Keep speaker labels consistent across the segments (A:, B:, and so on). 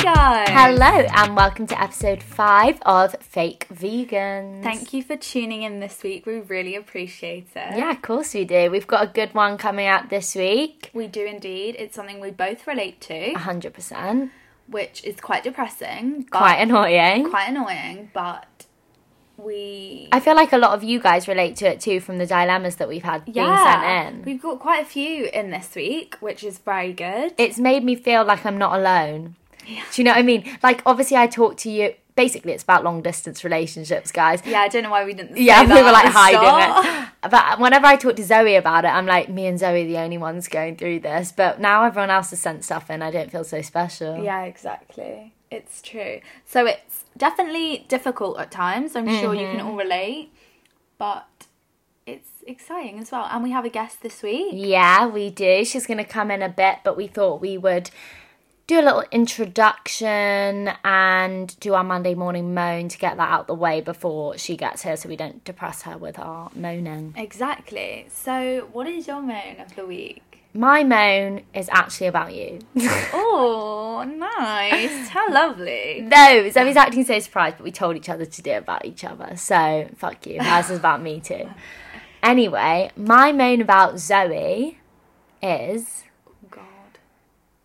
A: guys.
B: Hello and welcome to episode five of Fake Vegans.
A: Thank you for tuning in this week. We really appreciate it.
B: Yeah, of course we do. We've got a good one coming out this week.
A: We do indeed. It's something we both relate to,
B: hundred percent.
A: which is quite depressing, but
B: Quite annoying.
A: quite annoying, but we
B: I feel like a lot of you guys relate to it too from the dilemmas that we've had being sent in.
A: We've got quite a few in this week, which is very good.
B: It's made me feel like I'm not alone. Do you know what I mean? Like obviously I talk to you basically it's about long distance relationships, guys.
A: yeah, I don't know why we didn't. Say
B: Yeah,
A: that
B: we were
A: at
B: like
A: the start.
B: hiding it. But whenever I talk to Zoe about it, I'm like, me and Zoe are the only ones going through this. But now everyone else has sent stuff in, I don't feel so special.
A: Yeah, exactly. It's true. So it's definitely difficult at times. I'm sure you
B: Mm-hmm.
A: can all relate, but it's exciting as well. And we have a guest this week.
B: Yeah, we do. She's going to come in a bit, but we thought we would do a little introduction and do our Monday morning moan to get that out the way before she gets here so we don't depress her with our moaning.
A: Exactly. So, what is your moan of the week?
B: My moan is actually about you.
A: Oh, nice. How lovely.
B: No, Zoe's acting so surprised, but we told each other to do it about each other. So fuck you. Hers is about me too. Anyway, my moan about Zoe is
A: Oh, God.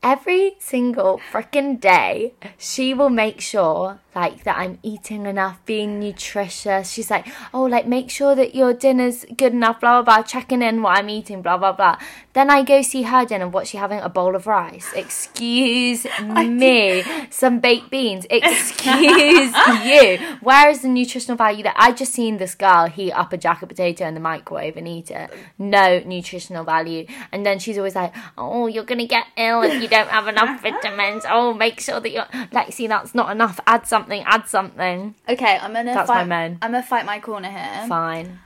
B: every single freaking day she will make sure like that I'm eating enough, being nutritious. She's like, oh, like make sure that your dinner's good enough, blah blah blah. Checking in what I'm eating, blah blah blah. Then I go see her dinner. What's she having? A bowl of rice. Excuse me, some baked beans. Excuse you. Where is the nutritional value that I just seen this girl heat up a jacket potato in the microwave and eat it? No nutritional value. And then she's always like, oh, you're gonna get ill if you don't have enough vitamins. Oh, make sure that you're like, see, that's not enough. Add something. Add something.
A: Okay, I'm gonna
B: That's my
A: fight.
B: moan.
A: I'm gonna fight my corner here.
B: Fine.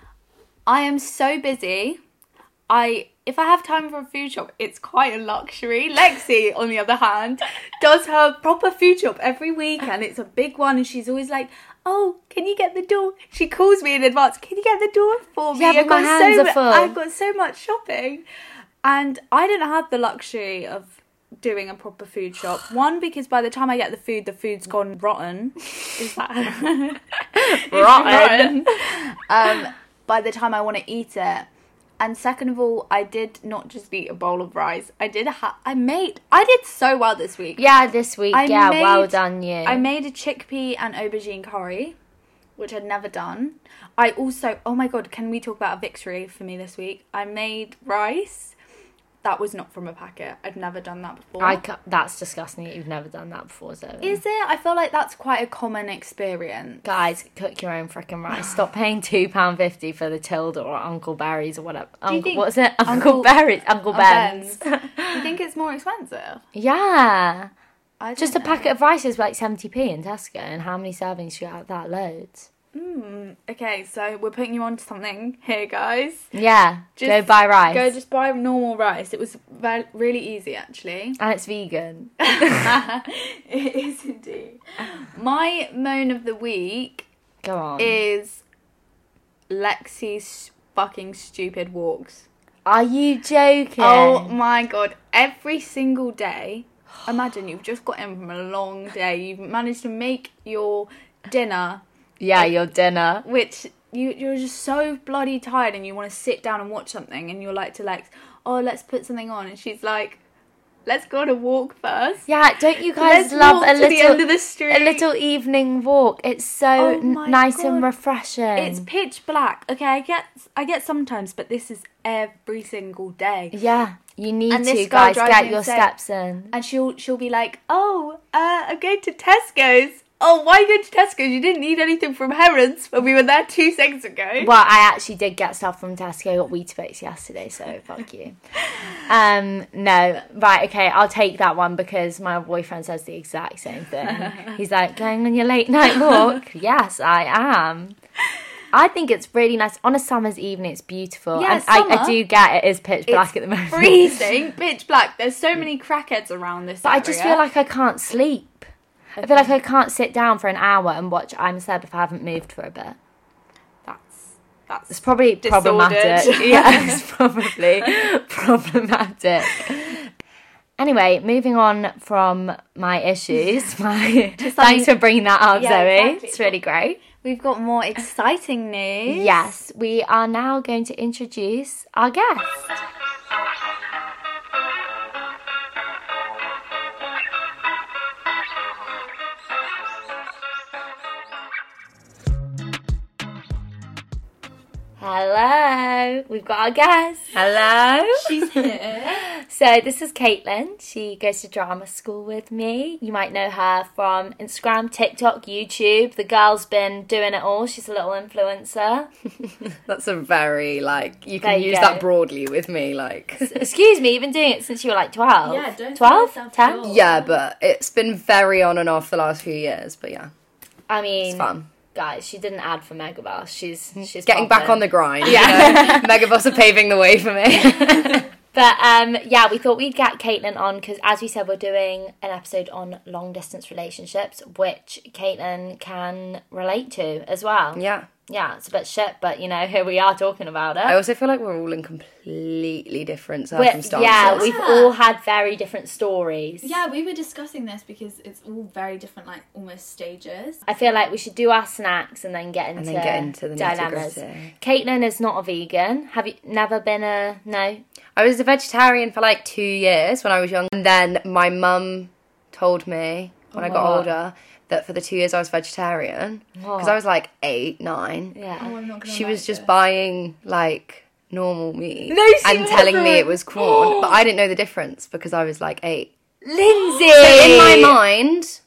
A: I am so busy. I if I have time for a food shop, it's quite a luxury. Lexi, on the other hand, does her proper food shop every week and it's a big one and she's always like, Oh, can you get the door? She calls me in advance, Can you get the door for me?
B: Yeah, but my hands
A: so
B: are
A: mu-
B: full."
A: I've got so much shopping. And I don't have the luxury of doing a proper food shop. One, because by the time I get the food, the food's gone rotten. Is that
B: Rotten.
A: um, by the time I want to eat it. And second of all, I did not just eat a bowl of rice. I did. Ha- I made. I did so well this week.
B: Yeah, this week.
A: I
B: yeah, well
A: made-
B: done, you.
A: I made a chickpea and aubergine curry, which I'd never done. I also. Oh my god! Can we talk about a victory for me this week? I made rice. That was not from a packet. I'd never done that before.
B: I ca- that's disgusting. that You've never done that before, Zoe.
A: Is it? I feel like that's quite a common experience.
B: Guys, cook your own freaking rice. Stop paying two pound fifty for the Tilda or Uncle Barry's or whatever. Uncle,
A: think-
B: what's it? Uncle,
A: Uncle-
B: Barry's, Uncle Ben's.
A: you think it's more expensive?
B: yeah,
A: I don't
B: just a
A: know.
B: packet of rice is like seventy p in Tesco, and how many servings do you have? That loads.
A: Okay, so we're putting you on to something here, guys.
B: Yeah,
A: Just
B: go buy rice,
A: Go just buy normal rice. It was ve- really easy, actually.
B: and it's vegan.
A: it is indeed. My moan of the week
B: Go on.
A: is Lexi's fucking stupid walks.
B: Are you joking?
A: Oh my god, every single day. Imagine you've just got in from a long day. You've managed to make your dinner
B: yeah, your dinner.
A: which you you're just so bloody tired and you want to sit down and watch something and you're like to Lex, oh let's put something on and she's like, let's go on a walk first.
B: Yeah, don't you guys
A: Let's
B: love
A: walk to
B: a little
A: the end of the street.
B: a little evening walk? It's so
A: Oh
B: n-
A: my
B: nice and
A: God.
B: refreshing.
A: It's pitch black. Okay, I get I get sometimes, but this is every single day.
B: Yeah, you need
A: And
B: to,
A: this guy
B: guys.
A: drives
B: Get
A: me
B: your
A: insane.
B: steps in.
A: And she'll she'll be like, oh, uh, I'm going to Tesco's. Oh, why are you going to Tesco's? You didn't need anything from Heron's when we were there two seconds ago.
B: Well, I actually did get stuff from Tesco. I got Weetabix yesterday, so fuck you. Um, no, right, okay, I'll take that one because my boyfriend says the exact same thing. He's like, going on your late night walk? yes, I am. I think it's really nice on a summer's evening. It's beautiful,
A: Yeah,
B: and I, I
A: summer.
B: do get it is pitch black at the moment.
A: Freezing, pitch black. There's so many crackheads around this.
B: But I just feel like I can't sleep. I feel like I can't sit down for an hour and watch I'm Seb if I haven't moved for a bit.
A: that's that's
B: It's probably
A: Disordered.
B: problematic. yeah, it's probably problematic. Anyway, moving on from my issues. My
A: something-
B: thanks for bringing that up,
A: Yeah,
B: Zoe.
A: exactly.
B: It's really great.
A: We've got more exciting news.
B: Yes, we are now going to introduce our guest. Hello, we've got our guest. Hello.
A: She's here.
B: So this is Caitlin. She goes to drama school with me. You might know her from Instagram, TikTok, YouTube. The girl's been doing it all. She's a little influencer.
C: That's a very like you
B: There
C: can
B: you
C: use
B: go.
C: that broadly with me, like
B: Excuse me, you've been doing it since you were like 12.
D: Yeah, don't tell
B: 12?
D: yourself
B: 10?
D: short.
C: yeah, but it's been very on and off the last few years. But yeah,
B: I
C: it's
B: mean,
C: fun.
B: guys, she didn't ad for Megaboss. She's she's
C: Getting back on the grind.
B: Yeah.
C: Yeah, Megaboss are paving the way for me.
B: But um, yeah, we thought we'd get Caitlin on because, as we said, we're doing an episode on long distance relationships, which Caitlin can relate to as well.
C: yeah,
B: Yeah, it's a bit shit, but you know, here we are talking about it.
C: I also feel like we're all in completely different
B: We're-
C: circumstances.
B: yeah, we've
D: Yeah.
B: all had very different stories.
D: Yeah, we were discussing this because it's all very different, like almost stages.
B: I feel like we should do our snacks and then get into,
C: then get into the
B: dilemmas.
C: nitty-gritty.
B: Caitlin is not a vegan. Have you never been a no?
C: I was a vegetarian for like two years when I was young, and then my mum told me when I got
B: What?
C: older that for the two years I was vegetarian because
B: What?
C: I was like eight, nine.
B: Yeah.
D: Oh, I'm not gonna
C: She
D: lie
C: was just
D: to you.
C: buying like normal meat
B: No, she
C: and telling me
B: wasn't.
C: it was corn, but I didn't know the difference because I was like eight.
B: Lindsay
C: In my mind,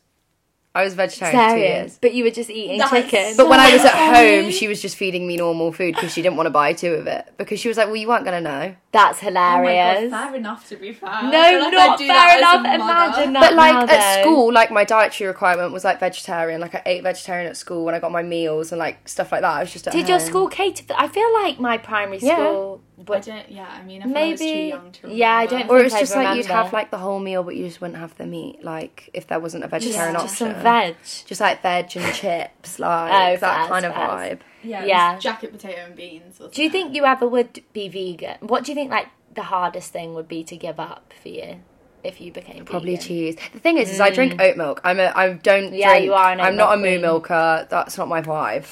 C: I was vegetarian for two
B: Serious.
C: years.
B: But you were just eating
D: That's
B: chicken.
C: But when I was at home, she was just feeding me normal food because she didn't want to buy two of it because she was like, "Well, you weren't gonna know."
B: That's
D: Oh my God,
B: hilarious.
D: fair enough to be fair.
B: no,
D: I feel like I
B: not
D: do that
B: fair
D: as a
B: enough.
D: mother.
B: Imagine that.
C: But like
B: now,
C: at
B: though.
C: school, like my dietary requirement was like vegetarian. Like I ate vegetarian at school when I got my meals and like stuff like that. I was just at
B: Did your
C: home.
B: school cater for I feel like my primary
C: Yeah.
B: school
D: I
B: but
D: don't. Yeah, I mean, I
B: Maybe-
D: maybe too young to.
B: yeah, I
D: remember.
B: don't-
C: Or it was
B: think I
C: just like you'd
B: remember.
C: have like the whole meal, but you just wouldn't have the meat. Like if there wasn't a
B: just,
C: vegetarian
D: Yeah.
B: just
C: option,
B: some veg.
C: just like veg and chips, like
B: Oh,
C: that
B: fairs,
C: kind of
B: fairs.
C: vibe.
D: Yeah,
B: Yeah.
D: yeah. jacket potato and beans. Or
B: Do you think you ever would be vegan? What do you think like the hardest thing would be to give up for you if you became
C: Probably
B: vegan?
C: cheese. The thing is, is I drink oat milk. I'm a, I don't.
B: Mm. Yeah,
C: drink,
B: you are an oat
C: I'm not a
B: milk
C: moo
B: queen.
C: milker. That's not my vibe.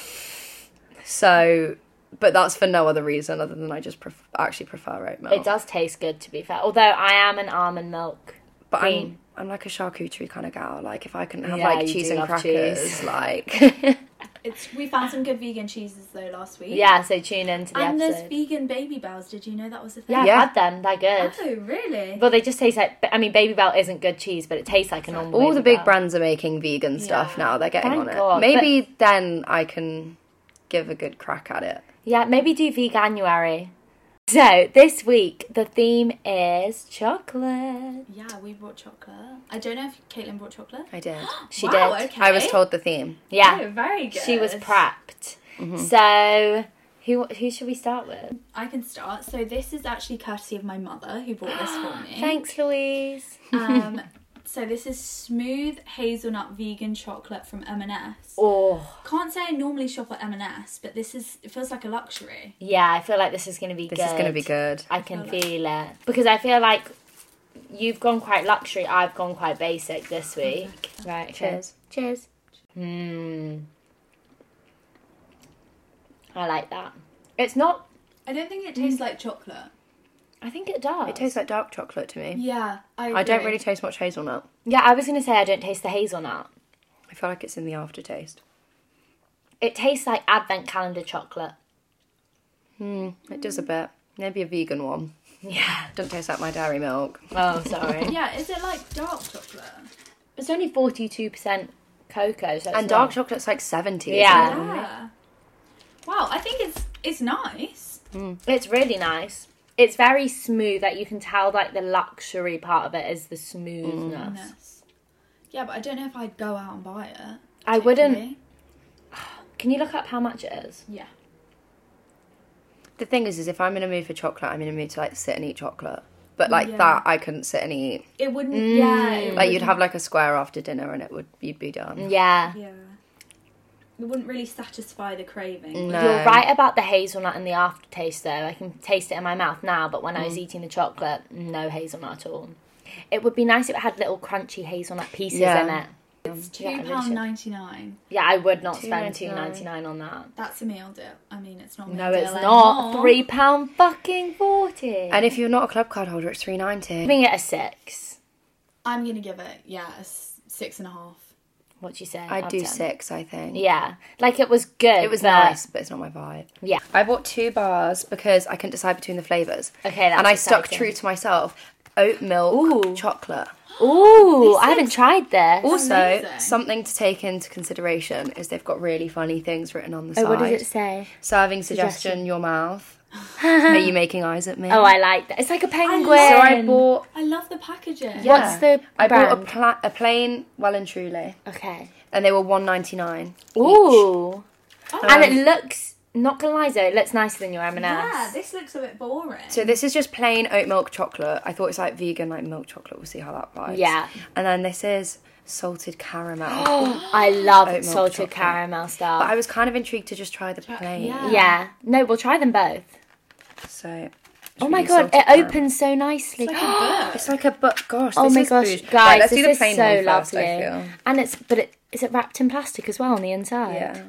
C: So, but that's for no other reason other than I just pref- actually prefer oat milk.
B: It does taste good, to be fair. Although I am an almond milk.
C: But
B: Queen.
C: I'm, I'm like a charcuterie kind of gal. Like if I can have
B: Yeah,
C: like
B: you
C: cheese
B: do
C: and
B: love
C: crackers,
B: cheese.
C: like
D: It's we found some good vegan cheeses though last week.
B: Yeah, so tune into the
D: and there's
B: episode.
D: vegan baby bells. Did you know that was a thing?
B: yeah,
C: Yeah.
B: I've had them. They're good.
D: Oh really?
B: Well, they just taste like. I mean, Baby Bell isn't good cheese, but it tastes like a normal.
C: all
B: Baby
C: the big
B: Bell.
C: brands are making vegan stuff
D: Yeah.
C: now. They're getting
B: Thank
C: on it.
B: God,
C: Maybe then I can give a good crack at it.
B: Yeah, maybe do veganuary. So this week the theme is chocolate.
D: yeah, we brought chocolate. I don't know if Caitlin brought chocolate.
C: I did.
B: She
D: Wow,
B: did.
D: Okay.
C: I was told the theme.
B: Yeah,
D: Oh, very good.
B: she was prepped. So who who should we start with?
D: I can start. So this is actually courtesy of my mother who bought this for me.
B: Thanks, Louise.
D: Um, so this is smooth hazelnut vegan chocolate from M&S.
B: Oh
D: Can't say I normally shop at M&S, but this is it feels like a luxury.
B: yeah, I feel like this is gonna be.
C: This
B: good.
C: is going to be good.
B: I can
D: feel
B: feel it because I feel like you've gone quite luxury. I've gone quite basic this week. Right.
C: Cheers.
B: Cheers. Mmm. I like that. It's not.
D: I don't think it tastes like chocolate.
B: I think it does.
C: It tastes like dark chocolate to me.
D: Yeah, I,
C: I don't
D: agree.
C: really taste much hazelnut.
B: Yeah, I was gonna say I don't taste the hazelnut.
C: I feel like it's in the aftertaste.
B: It tastes like advent calendar chocolate.
C: It
B: Mm.
C: does a bit. Maybe a vegan one.
B: Yeah.
C: Doesn't taste like my dairy milk.
B: Oh, sorry.
D: Yeah, is it like dark chocolate?
B: it's only forty-two percent cocoa. So it's
C: And dark
B: not-
C: chocolate's like 70.
B: Yeah.
C: Isn't it?
D: Yeah. Wow, I think it's it's nice.
B: It's really nice. It's very smooth. Like you can tell, like the luxury part of it is the smoothness.
D: Yes. Yeah, but I don't know if I'd go out and buy it.
B: I wouldn't.
D: particularly.
B: Can you look up how much it is?
D: Yeah.
C: The thing is, is if I'm in a mood for chocolate, I'm in a mood to like sit and eat chocolate. But like
D: Yeah.
C: that, I couldn't sit and eat.
D: It wouldn't.
B: Mm.
D: Yeah. It
C: Like you'd
D: wouldn't-
C: have like a square after dinner, and it would you'd be done.
B: Yeah.
D: Yeah. It wouldn't really satisfy the craving.
C: No.
B: You're right about the hazelnut and the
C: Mm.
B: aftertaste, though. I can taste it in my mouth now, but when I was eating the chocolate, no hazelnut at all. It would be nice if it had little crunchy hazelnut pieces
C: Yeah.
B: in it.
D: It's
B: Yeah, I
D: two
B: really
D: pound
B: should.
D: ninety nine.
B: Yeah, I would not spend two ninety
C: £2.99.
B: nine on that.
D: That's a meal deal. I mean, it's not. a
B: No,
D: meal
B: it's
D: deal
B: not
D: anymore.
B: three pound fucking forty.
C: And if you're not a club card holder, it's three ninety.
B: giving it a six.
D: I'm gonna give it yeah a s- six and a half.
B: What do you say?
C: I'd
B: Out
C: do
B: of 10?
C: six, I think.
B: Yeah, like it was good.
C: It was
B: but-
C: nice, but it's not my vibe.
B: Yeah.
C: I bought two bars because I couldn't decide between the flavours.
B: Okay, that's
C: And I stuck
B: exciting.
C: true to myself. Oat milk
B: Ooh.
C: chocolate.
B: Ooh, I haven't tried this.
C: Also,
D: amazing.
C: something to take into consideration is they've got really funny things written on the
B: Oh,
C: side.
B: what does it say?
C: Serving suggestion, your mouth. Are you making eyes at me?
B: Oh, I like that. It's like a penguin.
D: love-
C: so I bought.
D: I love the packaging.
C: Yeah.
B: What's the
C: I bought a,
B: brand?
C: pla- a plain well and truly,
B: okay.
C: and they were one ninety nine.
B: Ooh,
D: Oh,
B: and it looks. Not gonna lie though, it looks nicer than your M&S.
D: yeah, this looks a bit boring.
C: So this is just plain oat milk chocolate. I thought it's like vegan, like milk chocolate. We'll see how that vibes.
B: Yeah.
C: And then this is salted caramel.
B: Oh, I love
C: Oat milk
B: salted
C: chocolate.
B: caramel stuff.
C: but I was kind of intrigued to just try the plain.
D: yeah.
B: yeah, no, we'll try them both.
C: So. it's
B: Oh my
C: really
B: god,
C: salted
B: it
C: caramel.
B: opens so nicely.
C: It's like a but gosh.
B: oh
C: this
B: my
C: is
B: gosh,
C: food.
B: guys,
C: Right, let's
B: this
C: do the
B: is
C: plain
B: so
C: one first,
B: lovely.
C: I feel.
B: And it's but it is it wrapped in plastic as well on the inside.
C: Yeah.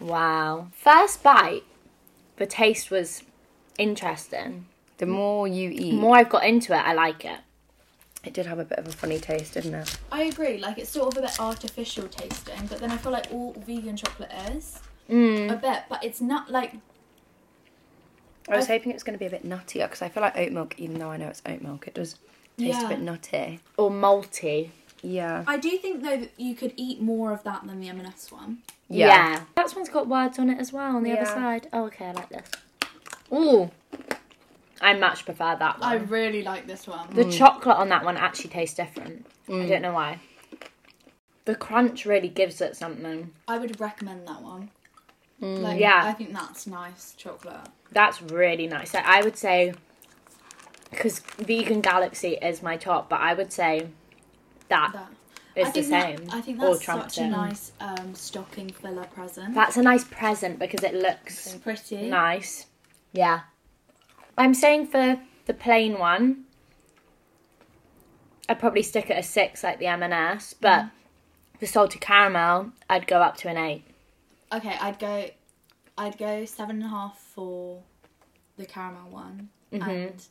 B: Wow. First bite, the taste was interesting.
C: The more you eat,
B: The more I've got into it, I like it.
C: it did have a bit of a funny taste, didn't it?
D: I agree. Like it's sort of a bit artificial tasting, but then I feel like all vegan chocolate is
B: Mm.
D: a bit, but it's not like
C: I was hoping it was going to be a bit nuttier because I feel like oat milk, even though I know it's oat milk, it does taste
D: Yeah.
C: a bit nutty.
B: Or malty.
C: Yeah.
D: I do think though that you could eat more of that than the M&S one.
B: Yeah.
C: Yeah.
B: That one's got words on it as well on the other
C: Yeah.
B: side. Oh, okay, I like this. Ooh. I Mm. much prefer that one.
D: I really like this one.
B: Mm. The chocolate on that one actually tastes different. I don't know why. The crunch really gives it something.
D: I would recommend that one. Like,
B: Mm. Yeah.
D: I think that's nice chocolate.
B: That's really nice. Like, I would say, because Vegan Galaxy is my top, but I would say that
D: That.
B: is
D: I
B: the
D: think that-
B: same.
D: I think
B: or
D: that's
B: trumps
D: such a
B: it.
D: nice um, stocking filler present.
B: That's a nice present because it looks
D: It's pretty.
B: nice. Yeah. I'm saying for the plain one, I'd probably stick at a six like the M&S,
C: Mm.
B: but the salted caramel, I'd go up to an eight.
D: Okay, I'd go, I'd go seven and a half for the caramel one
B: Mm-hmm.
D: and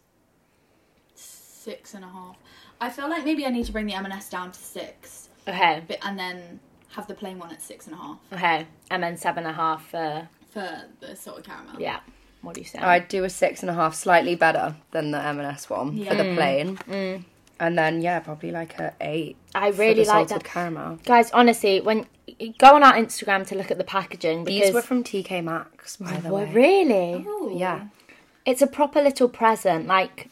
D: six and a half. I feel like maybe I need to bring the M&S down to six,
B: Okay.
D: but, and then have the plain one at six and a half
B: Okay, and then seven and a half for
D: for the salted caramel.
B: yeah. What do you say?
C: I'd do a six and a half, slightly better than the M&S one for the plain. And then, yeah, probably like a eight.
B: I
C: for
B: really
C: the
B: like
C: salted
B: that.
C: caramel.
B: Guys, honestly, when go on our Instagram to look at the packaging because
C: These were from TK Maxx, by the
B: Well,
C: way. Uh-huh.
B: really,
D: Ooh.
C: Yeah.
B: it's a proper little present. Like,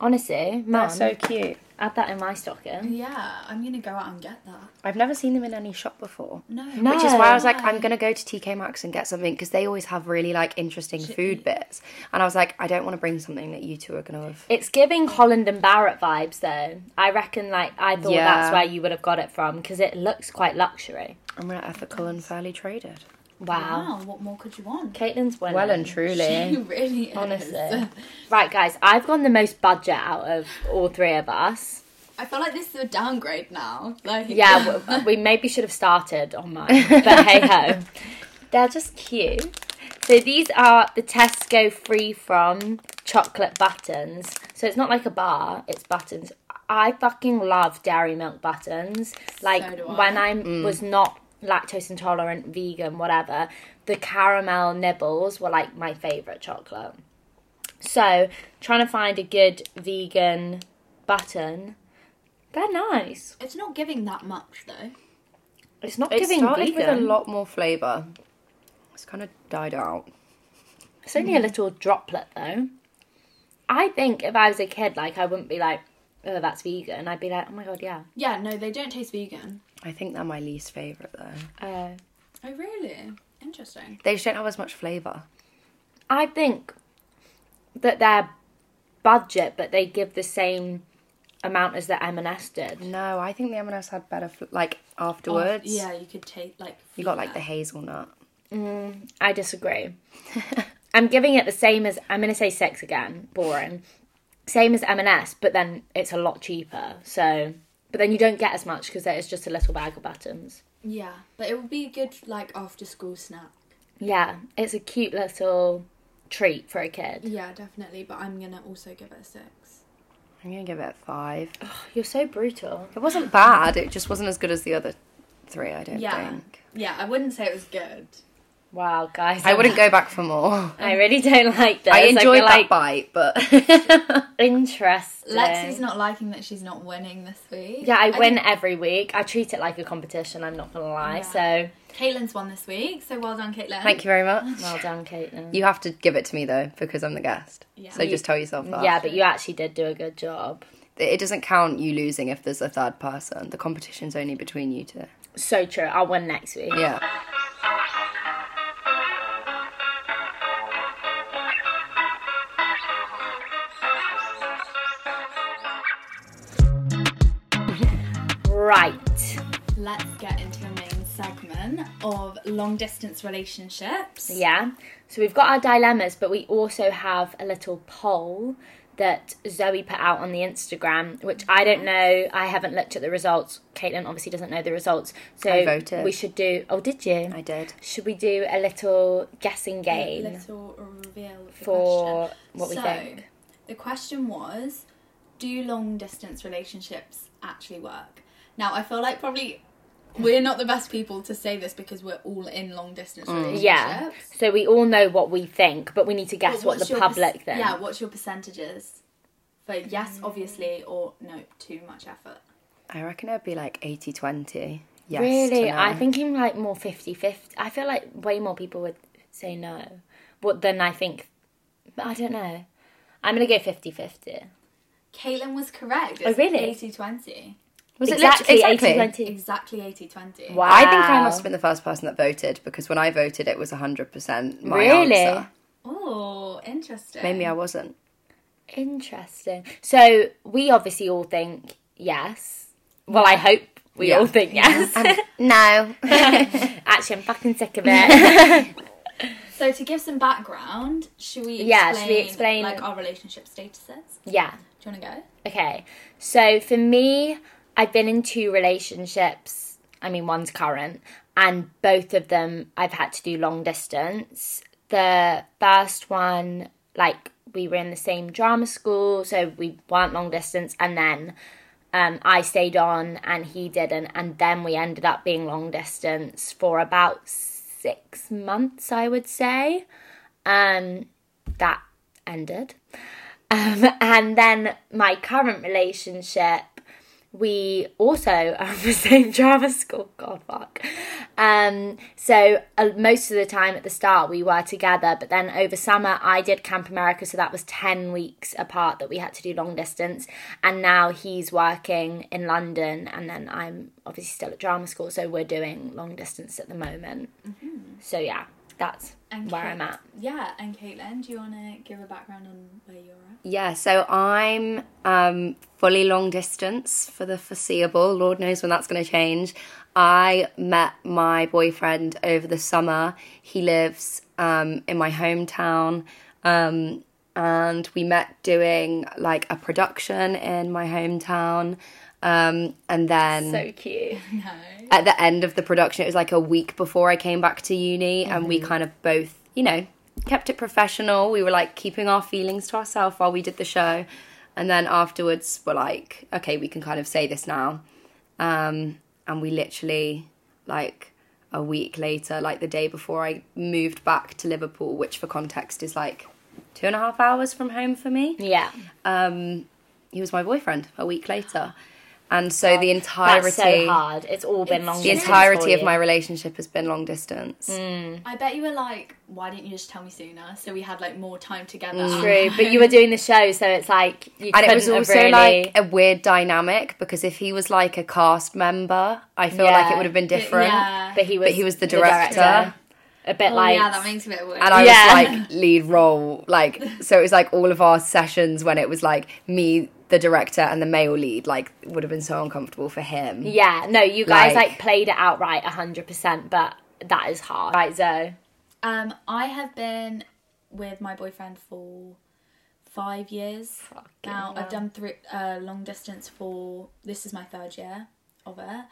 B: honestly, man,
C: That's so cute.
B: add that in my stocking.
D: Yeah, I'm gonna go out and get that.
C: I've never seen them in any shop before.
D: No.
B: No.
C: Which is why I was like,
D: Why?
C: I'm gonna go to TK Maxx and get something because they always have really like interesting food bits. And I was like, I don't want to bring something that you two are gonna have.
B: It's giving Holland and Barrett vibes, though. I reckon, like, I thought
C: Yeah.
B: that's where you would have got it from because it looks quite luxury.
C: I'm gonna ethical and fairly traded.
B: Wow,
D: Wow, what more could you want?
B: Caitlin's winning.
C: Well and truly.
D: She really is.
B: Honestly. Right, guys, I've gone the most budget out of all three of us.
D: I feel like this is a downgrade now. Like
B: Yeah, w- we maybe should have started on mine, but hey ho. They're just cute. So these are the Tesco free from chocolate buttons. So it's not like a bar, it's buttons. I fucking love dairy milk buttons. Like
D: do I.
B: when I was not lactose intolerant, vegan, whatever, the caramel nibbles were like my favourite chocolate. So trying to find a good vegan button. They're nice.
D: It's not giving that much though.
B: It's not
C: It
B: giving
C: started
B: vegan.
C: with a lot more flavour. It's kind of died out.
B: It's only a little droplet though. I think if I was a kid, like I wouldn't be like, oh, that's vegan. I'd be like, oh my god, yeah.
D: Yeah, no, they don't taste vegan.
C: I think they're my least favourite though.
B: Uh,
D: Oh really? Interesting.
C: They just don't have as much flavour.
B: I think that they're budget, but they give the same amount as the M&S did.
C: No, I think the M&S had better, fl- like afterwards.
D: Oh, yeah, you could taste like
C: You got like the hazelnut.
B: I disagree. I'm giving it the same as I'm gonna say six again. Boring. same as M&S, but then it's a lot cheaper. So, but then you don't get as much because it's just a little bag of buttons.
D: Yeah, but it would be a good like after school snack.
B: Yeah, it's a cute little treat for a kid.
D: Yeah, definitely. But I'm gonna also give it a six.
C: I'm gonna give it a five.
B: You're so brutal.
C: It wasn't bad. It just wasn't as good as the other three. I don't
D: Yeah.
C: think.
D: Yeah, I wouldn't say it was good.
B: Wow, guys.
C: I wouldn't go back for more.
B: I really don't like this.
C: I enjoyed
B: feel like
C: that bite, but
B: interesting.
D: Lexi's not liking that she's not winning this week.
B: Yeah, I, win
D: think
B: every week. I treat it like a competition. I'm not gonna lie. So
D: Caitlin's won this week, so well done, Caitlin.
C: thank you very much.
B: well done, Caitlin.
C: You have to give it to me though because I'm the guest.
D: Yeah.
C: So just tell yourself that.
B: yeah, but you actually did do a good job.
C: It doesn't count you losing if there's a third person. The competition's only between you two.
B: So true. I'll win next week.
C: Yeah.
B: Right.
D: Let's get into the main segment of long distance relationships.
B: Yeah. So we've got our dilemmas, but we also have a little poll that Zoe put out on the Instagram, which I
D: Mm-hmm.
B: don't know. I haven't looked at the results. Caitlin obviously doesn't know the results. So
C: I voted.
B: we should do. Oh, did you?
C: I did.
B: Should we do a little guessing game
D: Little reveal of the
B: for
D: question.
B: what we
D: So-
B: think?
D: The question was, do long distance relationships actually work? Now I feel like probably we're not the best people to say this because we're all in long distance relationships.
B: Mm, Yeah. So we all know what we think, but we need to
D: But
B: guess what
D: what's
B: the
D: your perc-
B: public thinks.
D: Yeah, what's your percentages? For yes, obviously, or no, too much effort.
C: I reckon it'd be like 80 20. Yes. to
B: really,
C: no.
B: I think I'm like more 50 50. I feel like way more people would say no but then I think. But I don't know. I'm going to go 50 50.
D: Caitlin was correct. It's
B: Oh, really?
D: 80 20.
C: Was it
B: exactly,
C: literally- exactly?
B: 80 20.
D: Exactly 80 20.
B: Wow.
C: I think I must have been the first person that voted because when I voted, it was 100% my
B: Really?
C: answer.
D: Oh, interesting.
C: Maybe I wasn't.
B: Interesting. So we obviously all think yes. Well, I hope we
C: Yeah.
B: all think yes.
C: No.
B: Actually, I'm fucking sick of it.
D: So, to give some background, should we explain,
B: Yeah, should we explain-
D: like our relationship statuses?
B: yeah.
D: Do you want to go?
B: Okay. So for me, I've been in two relationships. I mean, one's current, and both of them I've had to do long distance. The first one, like, we were in the same drama school, so we weren't long distance, and then um, I stayed on and he didn't, and then we ended up being long distance for about six months, I would say. Um, that ended. Um, and then my current relationship, we also are in the same drama school. God fuck. Um, so uh, most of the time at the start we were together, but then over summer I did Camp America, so that was ten weeks apart that we had to do long distance. And now he's working in London, and then I'm obviously still at drama school, so we're doing long distance at the moment. So yeah, that's
D: Mm-hmm. And
B: where
D: Kate-
B: I'm at.
D: Yeah, and Caitlin, do you want to give a background on where you're at?
C: Yeah, so I'm um, fully long distance for the foreseeable. Lord knows when that's going to change. I met my boyfriend over the summer. He lives um, in my hometown. Um, and we met doing like a production in my hometown. Um, and then
B: So cute.
D: No.
C: at the end of the production, it was like a week before I came back to uni, and
B: Mm-hmm.
C: we kind of both, you know, kept it professional. We were like keeping our feelings to ourselves while we did the show, and then afterwards, we're like, okay, we can kind of say this now, um, and we literally like. A week later, like the day before, I moved back to Liverpool, which for context is like two and a half hours from home for me
B: Yeah.
C: um, he was my boyfriend a week later. And so the entirety,
B: That's so hard. It's all been
D: Oh,
B: long.
C: the
B: distance for
C: entirety of
B: you.
C: my relationship has been long distance.
D: I bet you were like, why didn't you just tell me sooner? So we had like more time together.
B: True, but you were doing the show, so it's like you
C: And
B: couldn't
C: it was also
B: have really.
C: like a weird dynamic because if he was like a cast member, I feel like
B: Yeah.
C: it would have been different.
D: Yeah.
B: but he was.
C: But he was the director.
B: A bit
D: Oh,
B: like.
D: yeah, that makes it a bit weird.
C: And I
B: Yeah.
C: was like lead role, like so it was like all of our sessions when it was like me, the director, and the male lead, like would have been so uncomfortable for him.
B: yeah, no, you guys
C: Like-
B: like, played it outright, hundred percent. But that is hard, right, Zoe?
D: Um, I have been with my boyfriend for five years now. I've done three uh, long distance for this is my third year of it.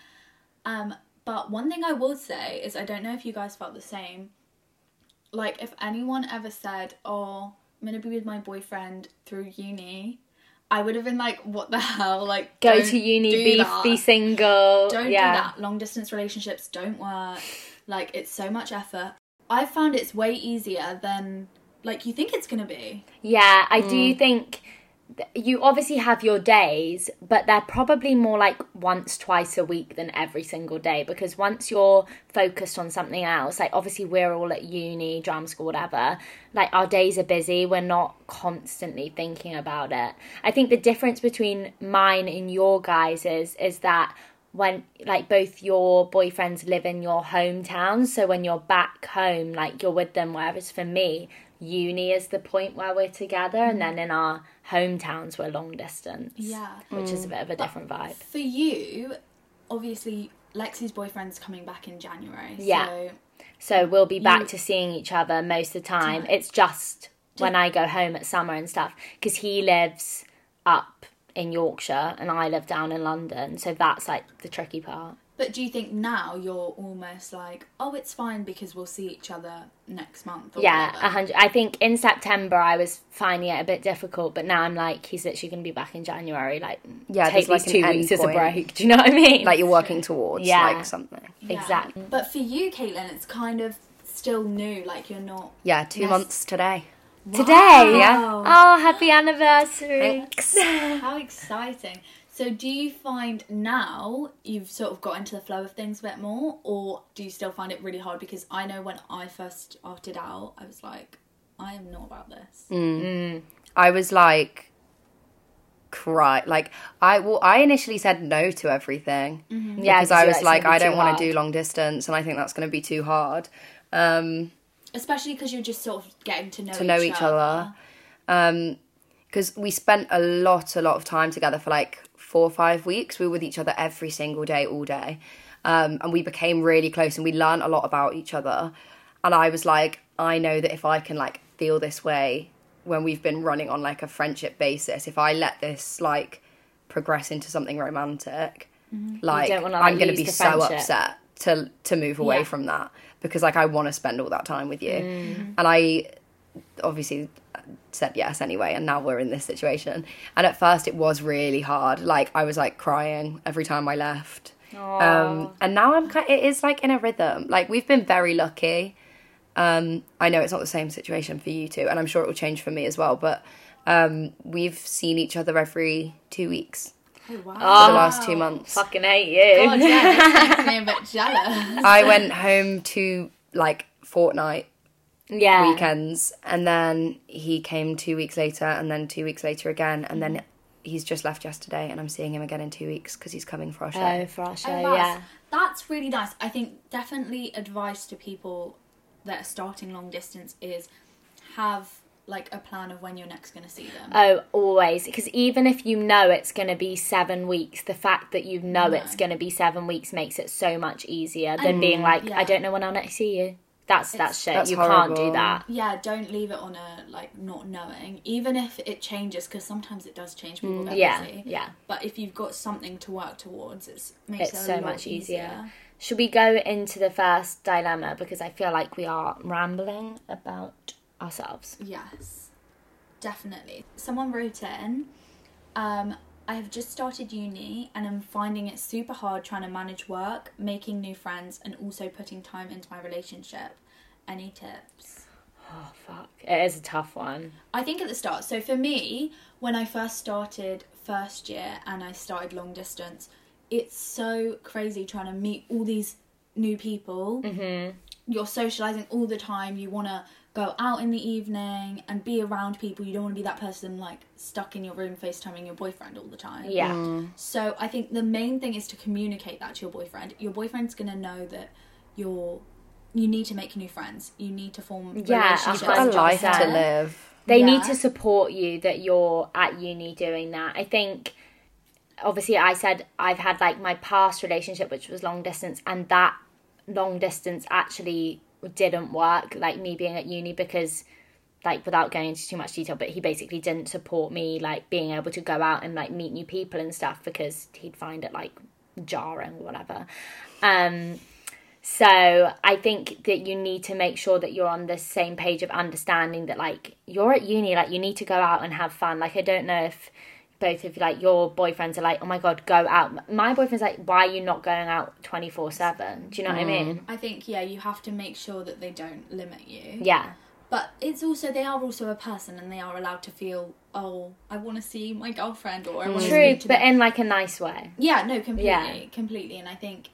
D: Um, but one thing I will say is I don't know if you guys felt the same. Like if anyone ever said, "Oh, I'm gonna be with my boyfriend through uni," I would have been like, "What the hell?" Like
B: Go
D: don't
B: to uni,
D: do
B: be,
D: that.
B: be single.
D: Don't
B: yeah.
D: do that. Long distance relationships don't work. Like it's so much effort. I found it's way easier than like you think it's gonna be.
B: Yeah, I do think th- you obviously have your days, but they're probably more like once, twice a week than every single day because once you're focused on something else, like obviously we're all at uni, drama school, whatever, like our days are busy. We're not constantly thinking about it. I think the difference between mine and your guys is, is that when like both your boyfriends live in your hometown so when you're back home like you're with them whereas for me uni is the point where we're together and then in our hometowns we're long distance
D: Yeah.
B: which is a bit of a different vibe
D: For you, obviously Lexi's boyfriend's coming back in January.
B: Yeah.
D: So
B: so we'll be back to seeing each other most of the time it's just when i go home at summer and stuff because he lives up in yorkshire and i live down in london so that's like the tricky part
D: but do you think now you're almost like, oh, it's fine because we'll see each other next month? Or
B: Yeah, a
D: whatever?
B: hundred. I think in September I was finding it a bit difficult, but now I'm like, he's literally going to be back in January. Like,
C: Yeah,
B: take
C: there's like
B: these
C: an
B: two
C: end
B: weeks as a
C: point.
B: break. Do you know what I mean?
C: Like you're working towards
B: Yeah.
C: like something.
D: Yeah.
B: exactly.
D: But for you, Caitlin, it's kind of still new. Like you're not.
C: Yeah, two
D: Yes.
C: months today.
B: today.
D: Wow.
B: Oh, happy anniversary!
D: How exciting. So, do you find now you've sort of got into the flow of things a bit more, or do you still find it really hard? Because I know when I first opted out, I was like, I am not about this.
C: Mm. I was like, cry. Like I, well, I initially said no to everything
B: Yeah,
C: because I
B: you're
C: was
B: it's
C: like,
B: gonna be
C: I don't
B: too
C: want
B: hard.
C: to do long distance, and I think that's going to be too hard. Um,
D: Especially because you're just sort of getting to know
C: to know each other, because we spent a lot, a lot of time together for like four or five weeks. We were with each other every single day, all day, um, and we became really close, and we learned a lot about each other. And I was like, I know that if I can like feel this way when we've been running on like a friendship basis, if I let this like progress into something romantic, like
B: Mm-hmm. don't wanna, like,
C: I'm gonna
B: lose
C: be
B: the
C: so
B: friendship.
C: upset to to move away
B: Yeah.
C: from that because like I want to spend all that time with you, and I obviously said yes anyway and now we're in this situation and at first it was really hard like i was like crying every time i left um and now i'm kind it is like in a rhythm like we've been very lucky um i know it's not the same situation for you two and i'm sure it will change for me as well but um we've seen each other every two weeks
D: Oh, wow.
C: for the last two months
B: Fucking hate you.
D: God, yeah, this makes me a bit jealous. Oh,
C: i went home to like fortnight
B: yeah,
C: weekends and then he came two weeks later and then two weeks later again and then he's just left yesterday and i'm seeing him again in two weeks because he's coming for our show
B: Oh, for our show,
D: Oh,
B: yeah.
D: that's- That's really nice. I think definitely advice to people that are starting long distance is have like a plan of when you're next going to see them.
B: Oh, always. Because even if you know it's going to be seven weeks, the fact that you know
D: No.
B: it's going to be seven weeks makes it so much easier than being like,
D: yeah.
B: I don't know when I'll next see you. That's that's shit.
C: Mm. That's
B: you can't do
C: horrible.
B: that.
D: yeah don't leave it on a like not knowing even if it changes because sometimes it does change people get
B: Mm, yeah,
D: busy
B: yeah.
D: but if you've got something to work towards it's makes
B: It's
D: it a
B: so
D: lot
B: much easier. Should we go into the first dilemma because I feel like we are rambling about ourselves?
D: yes definitely someone wrote in um I have just started uni and I'm finding it super hard trying to manage work, making new friends, and also putting time into my relationship. Any tips?
B: Oh fuck, it is a tough one.
D: I think at the start. So for me, when I first started first year and I started long distance, it's so crazy trying to meet all these new people. Mm-hmm. You're socializing all the time. You want to go out in the evening and be around people. You don't want to be that person like stuck in your room FaceTiming your boyfriend all the time.
B: Yeah,
D: So I think the main thing is to communicate that to your boyfriend. Your boyfriend's gonna know that you're you need to make new friends. You need to form
B: Yeah,
D: relationships.
B: a
C: got a
B: hundred
C: life to
B: percent.
C: live
B: they need
D: Yeah.
B: to support you that you're at uni doing that. I think obviously I said I've had like my past relationship which was long distance and that long distance actually didn't work like me being at uni because like without going into too much detail, but he basically didn't support me like being able to go out and like meet new people and stuff because he'd find it like jarring or whatever. Um, so I think that you need to make sure that you're on the same page of understanding that like you're at uni, like you need to go out and have fun. Like I don't know if both of like your boyfriends are like, oh my god, go out. My boyfriend's like, why are you not going out twenty four seven? Do you know what I mean?
D: I think yeah, you have to make sure that they don't limit you.
B: Yeah,
D: But it's also they are also a person and they are allowed to feel oh I want to see my girlfriend or I want to
B: true,
D: speak to
B: but
D: them.
B: in like a nice way.
D: yeah no completely
B: Yeah.
D: completely and I think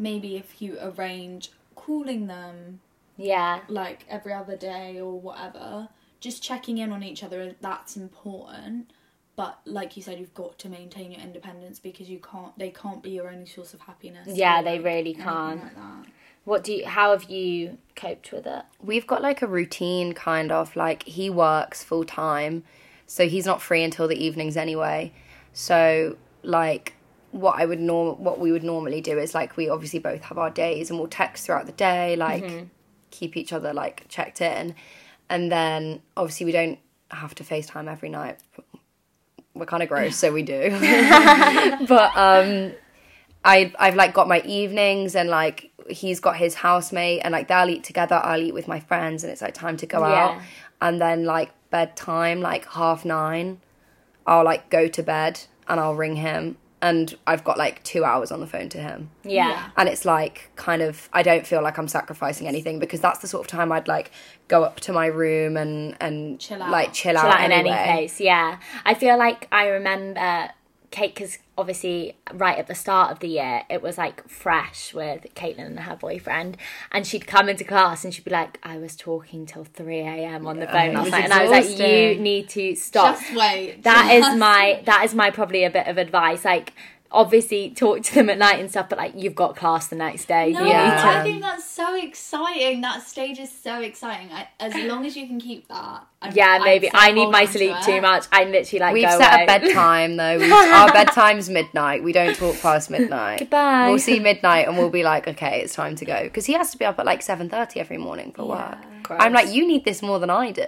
D: maybe if you arrange calling them
B: Yeah,
D: like every other day or whatever just checking in on each other that's important but like you said you've got to maintain your independence because you can't they can't be your only source of happiness
B: yeah,
D: or
B: they really
D: anything
B: can't.
D: like that.
B: What do you? How have you coped with it?
C: We've got like a routine kind of like he works full time, so he's not free until the evenings anyway. So like what I would norm what we would normally do is like we obviously both have our days and we'll text throughout the day like keep each other like checked in. And then obviously we don't have to FaceTime every night. We're kind of gross, so we do. but um I I've like got my evenings and like he's got his housemate and like they'll eat together, I'll eat with my friends and it's like time to go
B: Yeah.
C: out. And then like bedtime, like half nine, I'll like go to bed and I'll ring him and I've got like two hours on the phone to him.
B: Yeah,
C: And it's like kind of I don't feel like I'm sacrificing anything because that's the sort of time I'd like go up to my room and and
D: Chill out.
C: like chill,
B: Chill
C: out
B: out in
C: anyway.
B: any case. Yeah, I feel like I remember Kate because obviously right at the start of the year it was like fresh with Caitlin and her boyfriend, and she'd come into class and she'd be like, "I was talking till three a.m. on the phone last
C: was
B: night," and I was like,
C: exhausting.
B: "You need to stop."
D: just wait
B: that
D: Just-
B: is my that is my probably a bit of advice like obviously talk to them at night and stuff but like you've got class the next day
D: No,
B: you need to
C: Yeah.
D: I think that's so exciting. That stage is so exciting. I, as long as you can keep that. I'd-
B: yeah
D: I'd
B: maybe
D: say
B: i need
D: hold
B: my
D: on to
B: sleep
D: it.
B: too much i literally like
C: We've
B: go
C: set
B: away.
C: a bedtime though. We've, our bedtime's midnight. We don't talk past midnight.
B: Goodbye.
C: We'll see midnight and we'll be like, okay, it's time to go because he has to be up at like seven thirty every morning for work.
B: Gross.
C: I'm like, you need this more than I do.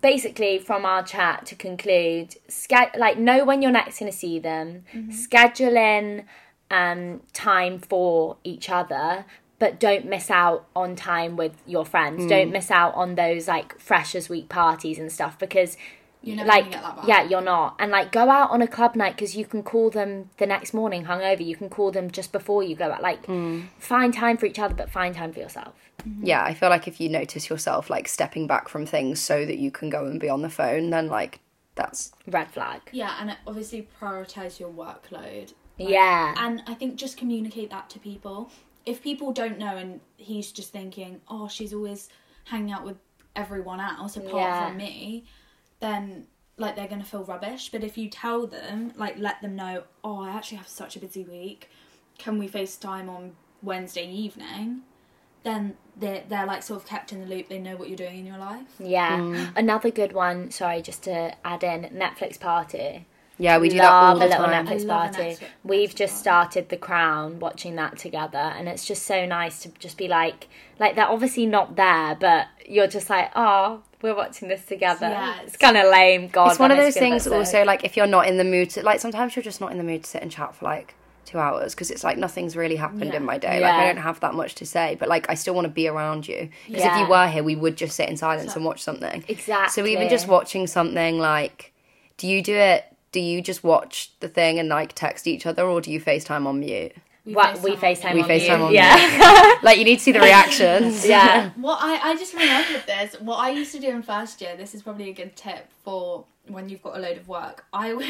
B: basically from our chat to conclude sch- like know when you're next going to see them
D: Mm-hmm.
B: schedule in um, time for each other but don't miss out on time with your friends
D: Mm.
B: don't miss out on those like freshers week parties and stuff because
D: You're never
B: like
D: gonna get that back.
B: yeah you're not and like go out on a club night because you can call them the next morning hungover you can call them just before you go out like
D: Mm.
B: find time for each other but find time for yourself
C: Yeah, I feel like if you notice yourself like stepping back from things so that you can go and be on the phone, then like that's
B: red flag
D: Yeah, and obviously prioritize your workload. Like,
B: yeah
D: And I think just communicate that to people. If people don't know and he's just thinking, oh, she's always hanging out with everyone else apart
B: Yeah.
D: from me, then like they're going to feel rubbish. But if you tell them, like let them know, oh, I actually have such a busy week. Can we FaceTime on Wednesday evening? Then they're, they're like sort of kept in the loop. They know what you're doing in your life.
B: Yeah.
C: Mm.
B: Another good one, sorry, just to add in Netflix Party.
C: yeah, we do
B: Love
C: that all
B: a
C: the
B: little
C: time.
B: Netflix
D: I love a
B: party.
D: Netflix-
B: We've
D: Netflix
B: just
D: party.
B: started The Crown, watching that together, and it's just so nice to just be like, like they're obviously not there, but you're just like, oh, we're watching this together.
D: Yeah,
B: it's
D: it's-
B: kind of lame. God,
C: It's one of
B: I'm
C: those
B: just gonna
C: things.
B: miss it.
C: Also, like if you're not in the mood to like, sometimes you're just not in the mood to sit and chat for like two hours because it's like nothing's really happened
D: Yeah.
C: in my day. Like I
B: Yeah.
C: don't have that much to say, but like I still want to be around you because if
B: Yeah.
C: you were here, we would just sit in silence and watch something. So even just
B: Exactly.
C: watching something, like, do you do it? Do you just watch the thing and like text each other, or do you Facetime on mute?
D: We
B: What, we
D: FaceTime.
B: FaceTime
C: We
B: on
C: FaceTime
B: you.
C: on
B: yeah.
C: Like you need to see the reactions.
B: yeah.
D: What I, I just remembered this. What I used to do in first year, this is probably a good tip for when you've got a load of work. I would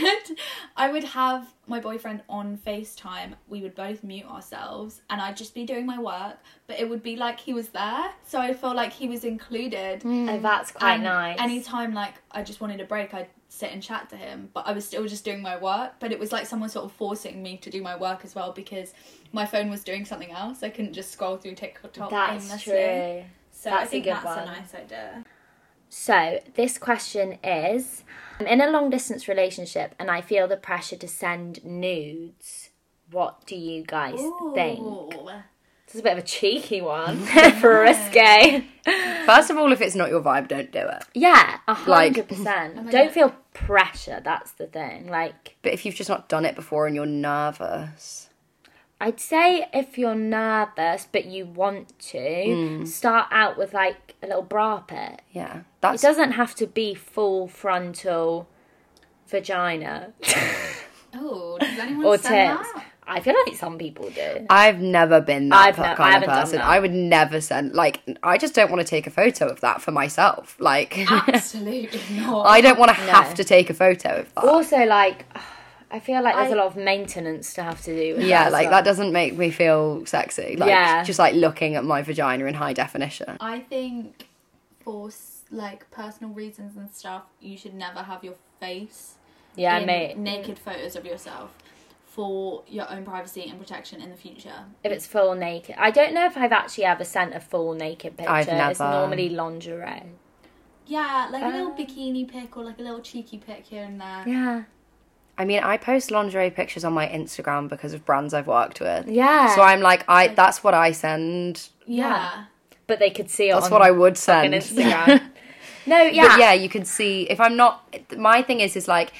D: I would have my boyfriend on FaceTime. We would both mute ourselves and I'd just be doing my work, but it would be like he was there. So I felt like he was included.
B: Oh, that's quite
D: and
B: nice.
D: Anytime like I just wanted a break, I'd sit and chat to him, but I was still just doing my work. But it was like someone sort of forcing me to do my work as well because my phone was doing something else. I couldn't just scroll through TikTok
B: that's
D: aimlessly.
B: true.
D: So
B: That's
D: I
B: a
D: think
B: good
D: that's
B: one.
D: a nice idea.
B: So, this question is I'm in a long distance relationship and I feel the pressure to send nudes. What do you guys think?
D: Ooh.
B: This is a bit of a cheeky one for risque.
C: First of all, if it's not your vibe, don't do it.
B: Yeah, a
C: Like-
B: hundred percent.
D: my
B: Don't
D: God.
B: feel pressure. That's the thing. Like
C: But if you've just not done it before and you're nervous,
B: I'd say if you're nervous but you want to, start out with like a little bra pit.
C: yeah,
B: It
C: that's
B: doesn't have to be full frontal vagina
D: Oh, does anyone
B: or
D: say that?
B: tits. I feel like some people do.
C: I've never been that
B: I've
C: per-
B: never- I
C: kind
B: haven't
C: of
B: done
C: person.
B: that.
C: I would never send like I just don't want to take a photo of that for myself. Like
D: Absolutely not.
C: I don't want to have to take a photo of that.
B: Also, like, I feel like there's a
D: I-
B: lot of maintenance to have to do. With
C: yeah,
B: as
C: like
B: well.
C: that doesn't make me feel sexy. Like
B: Yeah.
C: just like looking at my vagina in high definition.
D: I think for s- like personal reasons and stuff, you should never have your face
B: Yeah,
D: in
B: mate.
D: naked photos of yourself for your own privacy and protection in the future.
B: If it's full naked, I don't know if I've actually ever sent a full naked picture.
C: I've
B: It's
C: never.
B: normally lingerie.
D: Yeah, like a
C: Um,
D: little bikini pic or like a little cheeky pic here and there.
B: Yeah,
C: I mean, I post lingerie pictures on my Instagram because of brands I've worked with.
B: yeah.
C: So I'm like, I that's what I send.
D: Yeah.
B: but they could see it.
C: That's
B: on
C: what I would
B: fucking
C: send.
B: Instagram. no, yeah,
C: But yeah, you can see if I'm not. My thing is, is like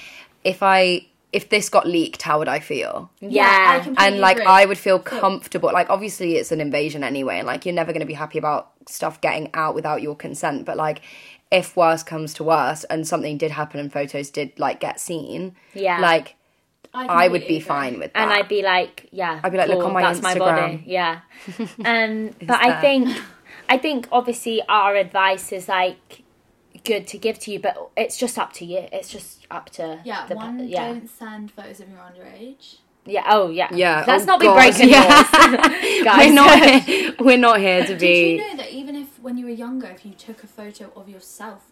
C: if I if this got leaked, how would I feel?
B: yeah.
D: I completely
C: and like
D: agree.
C: I would feel comfortable. Like obviously it's an invasion anyway, and like you're never going to be happy about stuff getting out without your consent. But like if worse comes to worse, and something did happen and photos did like get seen,
B: Yeah.
C: like I would
D: completely
C: be
D: agree.
C: fine with that.
B: and I'd be like, yeah,
C: I'd be like, look on my
B: that's my body,
C: Instagram.
B: yeah. Um, but I
C: there.
B: think, I think obviously our advice is like good to give to you, but it's just up to you. It's just up to
D: Yeah,
B: the,
D: one,
B: yeah,
D: don't send photos of your underage.
B: yeah, oh yeah,
C: Yeah,
B: Let's
C: oh
B: not be
C: God,
B: breaking
C: yeah.
B: laws, guys.
C: we're not here, we're not here to
D: Did
C: be.
D: you know that even if when you were younger, if you took a photo of yourself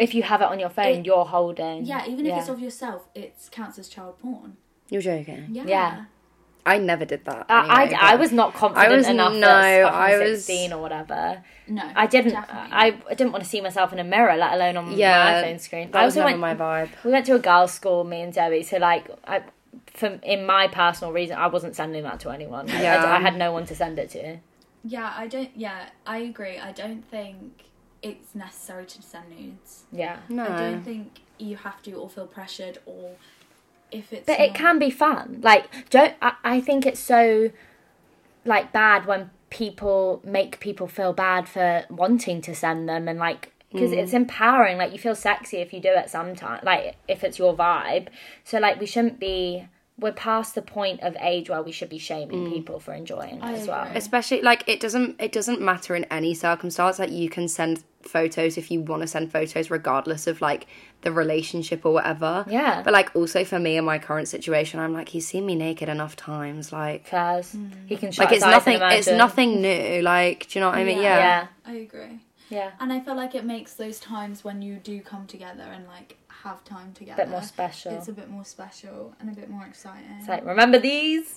B: if you have it on your phone,
D: It-
B: you're holding.
D: yeah, even if it's of yourself, it counts as child porn.
C: You're joking.
D: Yeah.
B: Yeah.
C: I never did that.
B: Uh, I,
C: anyway,
B: I, I
C: but-
B: was not confident
C: was-
B: enough.
C: no,
B: at fucking
C: I was-
B: sixteen or whatever.
D: No.
B: I didn't. uh,
D: definitely
B: I, I didn't want to see myself in a mirror, let alone on
C: Yeah,
B: my phone screen.
C: That
B: I
C: was
B: also
C: never
B: went.
C: my vibe.
B: We went to a girls' school, me and Debbie. So like, I, for in my personal reason, I wasn't sending that to anyone. Like, I-
C: Yeah.
B: I, had no one to send it to.
D: Yeah, I don't. Yeah, I agree. I don't think it's necessary to send nudes.
B: Yeah,
C: No,
D: I don't think you have to or feel pressured or if it's.
B: but it
D: not-
B: can be fun. Like, don't I, I think it's so like bad when people make people feel bad for wanting to send them and like because it's empowering like you feel sexy if you do it sometimes like if it's your vibe so like we shouldn't be we're past the point of age where we should be shaming people for enjoying it as well
D: agree.
C: especially like it doesn't it doesn't matter in any circumstance like you can send photos if you want to send photos regardless of like the relationship or whatever
B: Yeah.
C: but like also for me in my current situation i'm like he's seen me naked enough times like
B: Fairs.
D: Hmm.
B: He can shut
C: like
B: his
C: it's
B: eyes
C: nothing
B: and imagine.
C: it's nothing new like do you know what i mean yeah,
B: Yeah.
D: I agree.
B: Yeah.
D: And I feel like it makes those times when you do come together and like have time together
B: Bit more special.
D: It's
B: It's,
D: a bit more special and a bit more exciting.
B: like remember these?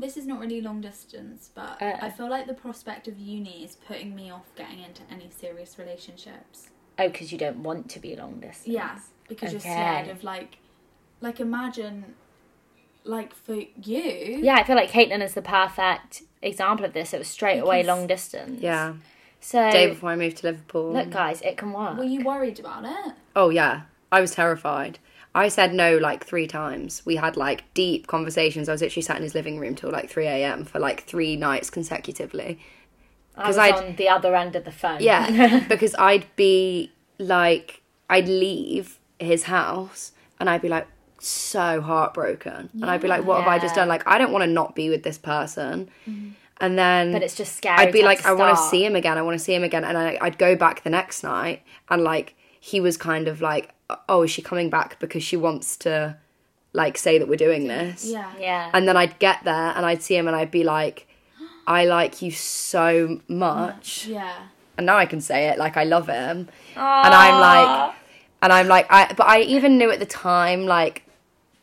D: This is not really long distance, but
B: Uh.
D: I feel like the prospect of uni is putting me off getting into any serious relationships.
B: oh, because you don't want to be long distance.
D: Yeah, because you're
B: Okay.
D: scared of like, like imagine, like for you.
B: Yeah, I feel like Caitlin is the perfect example of this. It was straight away
D: Because-
B: long distance.
C: yeah
B: So
C: day before i moved to liverpool
B: look, guys, it can work.
D: Were you worried about it?
C: oh yeah i was terrified I said no like three times. We had like deep conversations. I was literally sat in his living room till like 3 a.m. for like three nights consecutively.
B: I was
C: I'd-
B: on the other end of the phone.
C: Yeah, because I'd be like, I'd leave his house and I'd be like so heartbroken. And I'd be like, what have I just
B: Yeah. Mm-hmm.
C: done? Like, I don't want to not be with this person. And then.
B: But it's just scary.
C: I'd be
B: to have
C: like,
B: to
C: I want to
B: start.
C: see him again. I want to see him again. And I, I'd go back the next night and like, he was kind of like, oh, is she coming back because she wants to like say that we're doing this?
D: Yeah.
B: Yeah.
C: And then I'd get there and I'd see him and I'd be like, I like you so much
D: Yeah.
C: and now I can say it like I love him, and I'm like, and I'm like, I but I even knew at the time like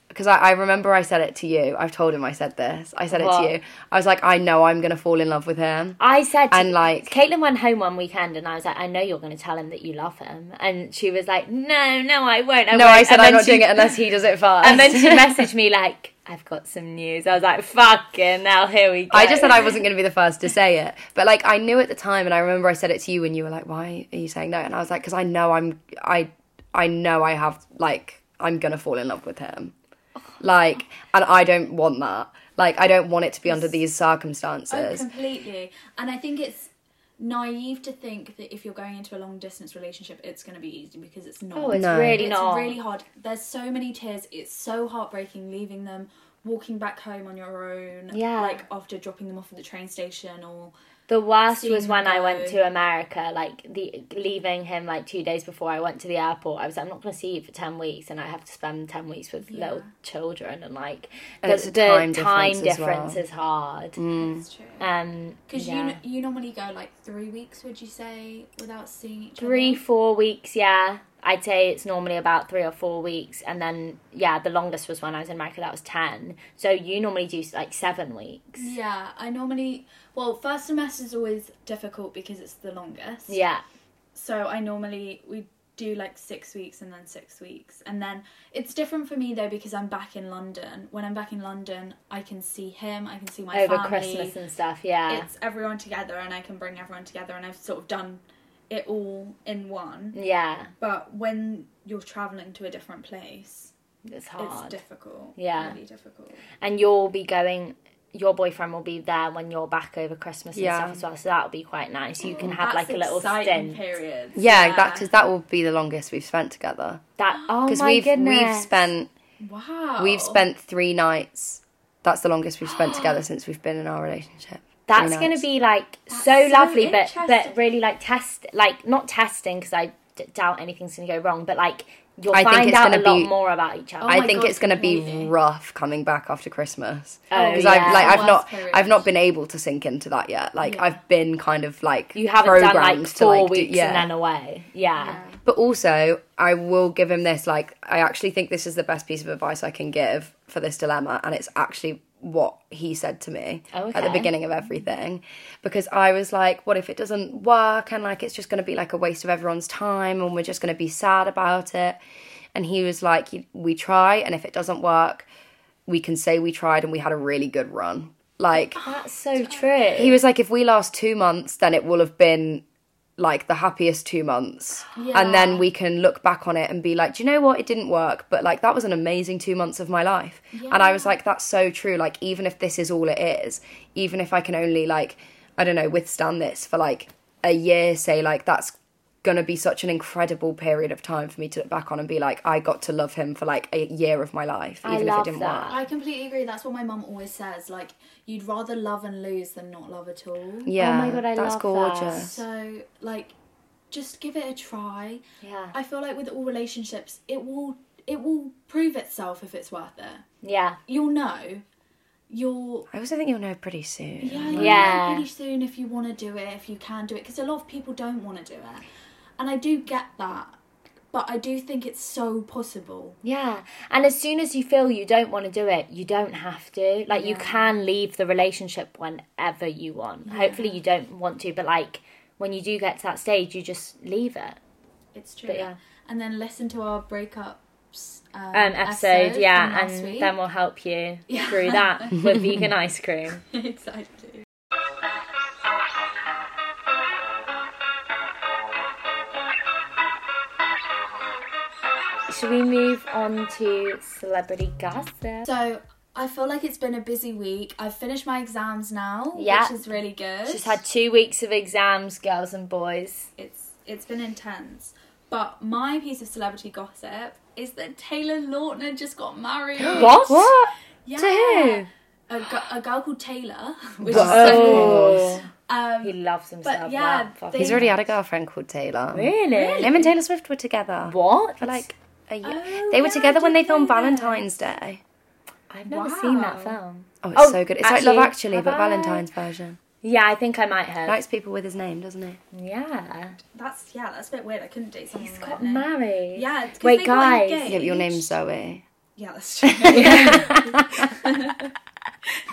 C: because I, I remember I said it to you. I've told him I said this. I said it
B: What?
C: to you. I was like, I know I'm gonna fall in love with him.
B: I said,
C: And, like-
B: Caitlin went home one weekend, and I was like, I know you're going to tell him that you love him, and she was like, No, no, I won't. I
C: No,
B: won't.
C: I said
B: And
C: I'm
B: then
C: not
B: she-
C: doing it unless he does it first.
B: And then she messaged me like, I've got some news. I was like, Fucking now, here we go.
C: I just said I wasn't going to be the first to say it, but like I knew at the time, and I remember I said it to you, and you were like, "Why are you saying no?" And I was like, "Because I know I'm, I, I know I have like I'm gonna fall in love with him, like, and I don't want that. Like, I don't want it to be under these
D: Oh,
C: circumstances.
D: completely. And I think it's naive to think that if you're going into a long distance relationship, it's going to be easy because it's not.
B: Oh, it's
C: No.
B: really
D: it's
B: not.
D: really hard. There's so many tears. It's so heartbreaking leaving them, walking back home on your own.
B: Yeah.
D: Like after dropping them off at the train station or.
B: The worst was
D: Seeing
B: when I
D: go.
B: went to America, like the leaving him like two days before I went to the airport. I was like, I'm not going to see you for ten weeks, and I have to spend ten weeks with little children, and like
C: And
B: the,
C: it's a
B: the
C: time
B: time,
C: difference
B: difference,
C: as well. Mm.
B: is hard.
D: That's true.
B: Um,
D: Because
B: yeah.
D: you you you normally go like three weeks, would you say, without seeing each
B: three,
D: other?
B: four weeks, yeah. I'd say it's normally about three or four weeks, and then yeah, the longest was when I was in America. That was ten. So you normally do like seven weeks.
D: Yeah, I normally well first semester is always difficult because it's the longest.
B: Yeah,
D: So I normally we do like six weeks and then six weeks and then it's different for me though because I'm back in London. When I'm back in London, I can see him. I can see my
B: over
D: family.
B: Christmas and stuff. Yeah,
D: It's everyone together, and I can bring everyone together, and I've sort of done it all in one.
B: yeah,
D: But when you're traveling to a different place,
B: it's hard.
D: it's difficult.
B: Yeah.
D: really difficult.
B: and you'll be going your boyfriend will be there when you're back over christmas and
C: Yeah.
B: stuff as well so that'll be quite nice you
A: Oh,
B: can have
D: That's
B: like a little
D: exciting
B: stint
D: period.
C: yeah, that cause that will be the longest we've spent together
B: that oh
C: because
B: my
C: we've
B: goodness
C: we've spent
D: wow.
A: Oh.
C: we've spent three nights. That's the longest we've spent together since we've been in our relationship.
B: that's
C: Three
B: going to
C: nights.
B: be like so
D: That's so
B: lovely but
D: interesting.
B: but really like test like not testing because I d- doubt anything's going to go wrong but like you'll
C: I think
B: find
C: it's
B: out a
C: gonna
B: lot
C: be-
B: more about each other
D: Oh
C: I
D: my
C: think
D: God,
C: it's going to be
D: completely.
C: rough coming back after Christmas
B: Oh,
C: because
B: yeah.
C: I've like I've
D: Worst
C: not
D: period.
C: I've not been able to sink into that yet. Like
D: Yeah.
C: I've been kind of like
B: you haven't done
C: programmed
B: like
C: to
B: four
C: like do-
B: weeks
C: yeah.
B: and then away yeah,
C: But also, I will give him this. Like, I actually think this is the best piece of advice I can give for this dilemma, and it's actually what he said to me
B: Oh,
C: at the
B: okay.
C: beginning of everything, because I was like, "What if it doesn't work?" And like, it's just going to be like a waste of everyone's time, and we're just going to be sad about it. And he was like, "You- "We try, and if it doesn't work, we can say we tried and we had a really good run." Like,
B: that's so true
C: he was like, if we last two months, then it will have been like the happiest two months. And then we can look back on it and be like, do you know what? It didn't work, but like that was an amazing two months of my life. And I was like, that's so true. Like, even if this is all it is, even if I can only like, I don't know, withstand this for like a year, say, like, that's gonna be such an incredible period of time for me to look back on and be like, I got to love him for like a year of my life,
B: I
C: even if it
B: love
C: didn't
B: that.
C: work.
D: I completely agree. That's what my mum always says. Like, you'd rather love and lose than not love at all.
C: Yeah.
B: Oh my God, I love
C: that's
B: that.
C: gorgeous.
D: So, like, just give it a try.
B: yeah
D: I feel like with all relationships, it will it will prove itself if it's worth it.
B: yeah
D: You'll know. You'll
C: I also think you'll know pretty soon.
D: yeah, you'll
B: Yeah.
D: know pretty soon if you want to do it, if you can do it, because a lot of people don't want to do it, and I do get that, but I do think it's so possible.
B: Yeah. And as soon as you feel you don't want to do it, you don't have to. Like, you can leave the relationship whenever you want. Hopefully, you don't want to, but like, when you do get to that stage, you just leave it.
D: It's true.
B: But yeah.
D: And then listen to our breakups um,
B: Um, episode, yeah.
D: from last
B: And
D: week.
B: then we'll help you
D: Yeah.
B: through that with vegan ice cream.
D: exactly.
B: Should we move on to celebrity gossip?
D: So I feel like it's been a busy week. I've finished my exams now,
B: Yeah.
D: which is really good.
B: She's had two weeks of exams, girls and boys.
D: it's it's been intense. But my piece of celebrity gossip is that Taylor Lautner just got married.
B: What?
C: What?
D: Yeah.
C: To who?
D: A, gu- a girl called Taylor, which is so cool.
B: Oh,
D: Um,
B: he loves himself.
D: But yeah,
B: wow, fuck.
D: they-
C: He's already had a girlfriend called Taylor.
B: really?
C: Him and Taylor Swift were together
B: What?
C: for like a year.
D: Oh,
C: they were
D: yeah, I
C: together when they
D: did
C: filmed
D: know that.
C: Valentine's Day.
B: I've never seen that
D: Wow.
B: film.
C: Oh, it's
B: Oh,
C: so good. It's
B: actually,
C: like Love Actually, but
B: bye-bye.
C: Valentine's version.
B: Yeah, I think I might have.
C: Likes people with his name, doesn't he?
B: yeah.
D: That's yeah, that's a bit weird. I couldn't date someone.
B: He's
D: with
B: got
D: that name.
B: married.
D: Yeah. 'cause
B: Wait,
D: they got
B: guys.
D: engaged.
C: Yeah, but your name's Zoe.
D: Yeah, that's true.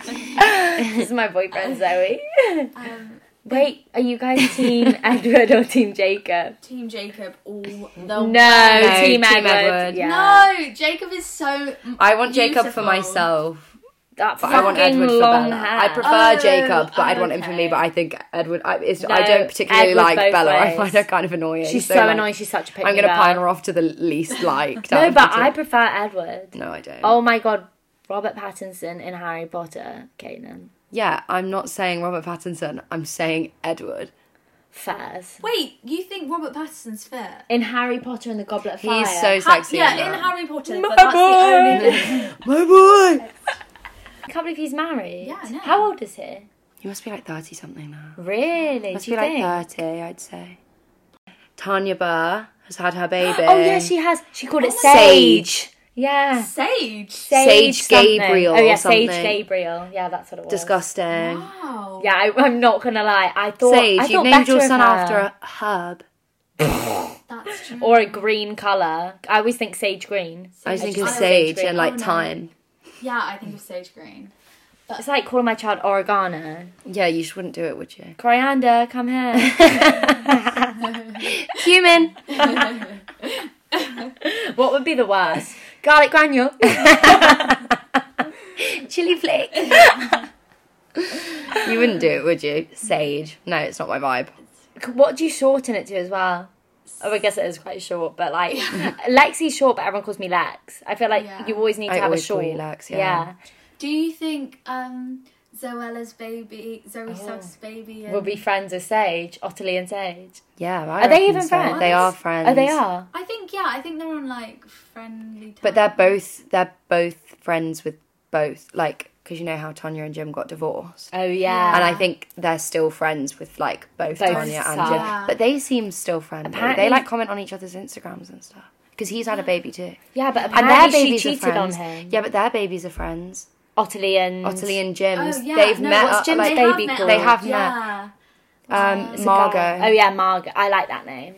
B: this is my boyfriend Zoe.
D: um,
B: Wait, are you guys team Edward or team Jacob?
D: team Jacob all the
B: No,
C: Oh, No,
B: team,
C: team
B: Edward.
C: Edward.
B: Yeah.
D: No, Jacob is so.
C: I want Jacob for
D: beautiful.
C: myself,
B: that
C: but I want
B: fucking
C: Edward for
B: long
C: Bella.
B: hair.
C: I prefer
D: Oh,
C: Jacob, but I'd want him for
D: okay.
C: me. But I think Edward. I, it's,
B: No,
C: I don't particularly
B: Edward
C: like
B: both
C: Bella. I
B: ways.
C: find her kind of annoying.
B: Oh, She's so,
C: like,
B: annoying. She's such a pick
C: I'm
B: me
C: gonna
B: bell.
C: pine her off to the least liked. out
B: No,
C: of the
B: but
C: two.
B: I prefer Edward.
C: No, I don't.
B: Oh my god, Robert Pattinson in Harry Potter, Kanan.
C: Yeah, I'm not saying Robert Pattinson. I'm saying Edward.
B: Fairs.
D: Wait, you think Robert Pattinson's fair?
B: In Harry Potter and the Goblet of Fire.
C: He's so
D: Ha-
C: sexy.
D: yeah,
C: in
D: in
C: that.
D: Harry Potter,
B: My
D: but that's the
B: boy.
D: only.
C: My boy.
B: I can't believe he's married.
D: Yeah, I know.
B: How old is he?
C: He must be like thirty something now.
B: Really?
C: Must
B: Do you
C: be like
B: think?
C: thirty, I'd say. Tanya Burr has had her baby.
B: Oh yeah, she has. She called it Sage.
C: Oh, Sage.
B: Yeah.
D: Sage.
C: Sage
B: something.
C: Gabriel
B: Oh yeah,
C: or
B: Sage
C: something.
B: Gabriel. Yeah, that's what it was.
C: Disgusting.
D: Wow.
B: Yeah, I, I'm not gonna lie. I thought
C: Sage,
B: I
C: you
B: thought
C: named your
B: better of
C: son
B: her.
C: after a herb.
D: That's true.
B: or a green color. I always think sage green.
C: I think
B: just
C: it's
B: know
C: sage
B: green.
C: and like
D: Oh, no.
C: thyme.
D: yeah, I think of Sage Green.
B: It's like calling my child oregano.
C: Yeah, you just wouldn't do it, would you?
B: Coriander, come here.
C: Cumin.
B: what would be the worst? Garlic granule.
C: Chili flake. you wouldn't do it, would you? Sage. No, it's not my vibe.
B: what do you shorten it to as well? Oh, I guess it is quite short, but like Lexi's short, but everyone calls me Lex. I feel like
D: Yeah.
B: you always need to
C: I
B: have a
C: always
B: short.
C: call you Lex, yeah.
D: Do you think um, Zoella's baby, Zoe Stuff's baby, and
B: We'll Oh. be friends with Sage, Ottilie and Sage.
C: Yeah, I
B: Are they
C: reckon
B: even
C: so.
B: friends?
C: They are friends.
B: Oh, they are.
D: I think yeah, I think they're on like friendly. Terms.
C: But they're both they're both friends with both, like because you know how Tanya and Jim got divorced,
B: Oh yeah.
C: and I think they're still friends with like both,
B: Both
C: Tanya and
B: sides.
C: Jim.
D: Yeah.
C: But they seem still friendly.
B: Apparently-
C: They like comment on each other's Instagrams and stuff because he's had a baby too,
B: yeah, but
C: and their
B: apparently she
C: babies are
B: cheated on
C: friends.
B: him.
C: Yeah, but their babies are friends.
B: Ottilie and
C: Ottilie and Jim's.
D: Oh, yeah,
C: They've
D: no,
C: met.
D: what's
C: up,
B: Jim's
C: like,
D: They have
B: baby
D: met
B: girl.
D: up.
C: They have met.
D: yeah.
C: Um,
B: It's a guy.
C: Margot.
B: Oh yeah, Margot. I like that name.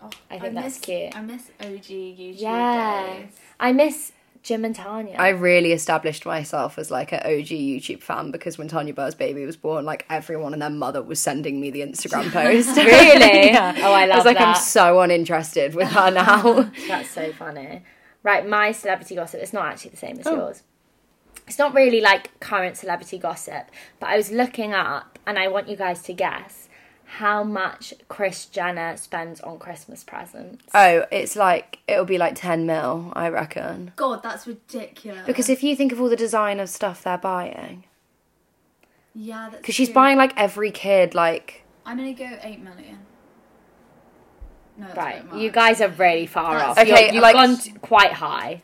D: Oh,
B: I think that's
D: miss,
B: cute.
D: I miss OG YouTube
B: Yeah.
D: days.
B: I miss Jim and Tanya.
C: I really established myself as like an OG YouTube fan because when Tanya Burr's baby was born, like everyone and their mother was sending me the Instagram post.
B: really? Oh, I
C: I
B: love
C: was like,
B: that.
C: I'm so uninterested with her now.
B: That's so funny. Right, my celebrity gossip. It's not actually the same as
C: Oh.
B: yours. It's not really like current celebrity gossip, but I was looking up, and I want you guys to guess how much Chris Jenner spends on Christmas presents.
C: oh, it's like it'll be like ten mil, I reckon.
D: God, that's ridiculous.
C: Because if you think of all the designer stuff they're buying,
D: yeah, that's
C: because she's
D: true.
C: buying like every kid, like
D: I'm gonna go eight million. No, that's
B: Right,
D: a bit much.
B: you guys are really far
D: That's-
B: off. You're-
C: Okay,
B: you've
C: like-
B: gone t- quite high.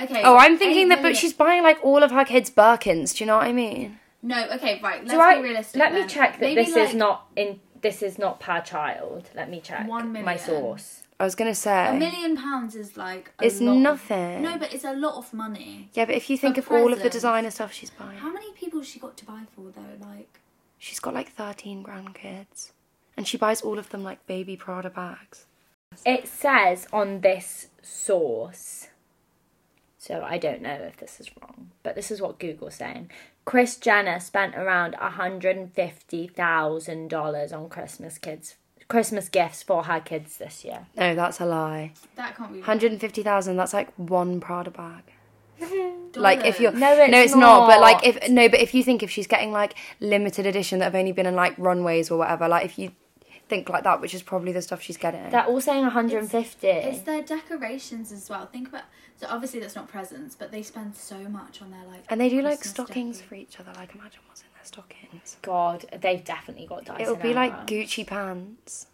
D: Okay.
C: oh, I'm
D: eight
C: thinking that, but
D: million.
C: she's buying like all of her kids Birkins. Do you know what I mean?
D: no. Okay, right. Let's
B: Do
D: be
B: I-
D: realistic.
B: Let me
D: then.
B: check that
D: Maybe,
B: this
D: like,
B: is not in. This is not per child. Let me check
D: One
B: my
D: million.
B: source.
C: I was gonna say
D: A million pounds is like a
C: it's
D: lot of-
C: nothing.
D: no, but it's a lot of money.
C: yeah, but if you think
D: For
C: of all of the
D: presents.
C: designer stuff she's buying.
D: How many people has she got to buy for though? Like
C: She's got like 13 grandkids. And she buys all of them like baby Prada bags.
B: It says on this source. So I don't know if this is wrong, but this is what Google's saying. Chris Jenner spent around hundred and fifty thousand dollars on Christmas kids Christmas gifts for her kids this year.
C: No, that's a lie.
D: that can't be. right.
C: 150,000, that's like one Prada bag. Like if you're
B: No, it's
C: no, it's not. But like
B: not.
C: if no, but if you think if she's getting like limited edition that have only been in like runways or whatever, like if you think like that, which is probably the stuff she's getting.
B: They're all saying 150.
D: It's their decorations as well. Think about so obviously that's not presents, but they spend so much on their like.
C: and they do like
D: Christmas
C: stockings
D: deco.
C: for each other. Like imagine what's in their stockings.
B: God, they've definitely got Dyson.
C: It'll be
B: Aura.
C: like Gucci pants.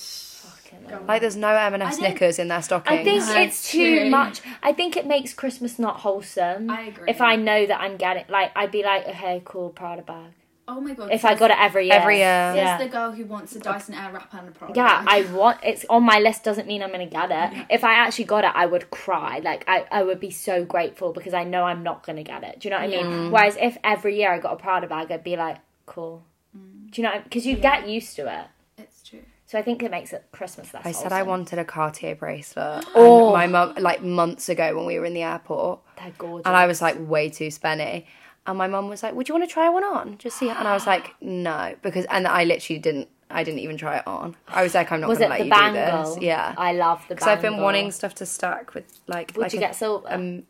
B: Fucking
C: Like there's no M&S
D: didn't-
C: knickers in their
B: Oh.
C: stockings.
B: I think
D: No,
B: it's
D: it's
B: too
D: true.
B: much. I think it makes Christmas not wholesome.
D: I agree.
B: If I know that I'm getting, like, I'd be like, okay, cool, Prada bag.
D: Oh my god!
B: If I
D: says-
B: got it every year.
C: Every year.
D: says
B: Yeah.
D: the girl who wants a Dyson Airwrap and a product.
B: Yeah, I want it's on my list doesn't mean I'm gonna get it. If I actually got it, I would cry. Like I, I would be so grateful because I know I'm not gonna get it. Do you know what I mean? Whereas if every year I
D: Mm.
B: got a Prada bag, I'd be like, cool. Do you know? Because you get used to it.
D: It's true.
B: So I think it makes it Christmas less.
C: I said I
B: wholesome.
C: wanted a Cartier bracelet.
B: Oh.
C: And my mum, like months ago when we were in the airport,
B: They're gorgeous.
C: and I was like way too spenny. And my mum was like, "Would you want to try one on? Just see." And I was like, "No," because and I literally didn't. I didn't even try it on. I was like, "I'm not
B: was
C: going
B: it
C: to let
B: the
C: you
B: bangle?
C: do this." Yeah,
B: I love the bangle.
C: because I've been wanting stuff to stack with like.
B: Would
C: like
B: you
C: a-
B: get silver?
C: Um,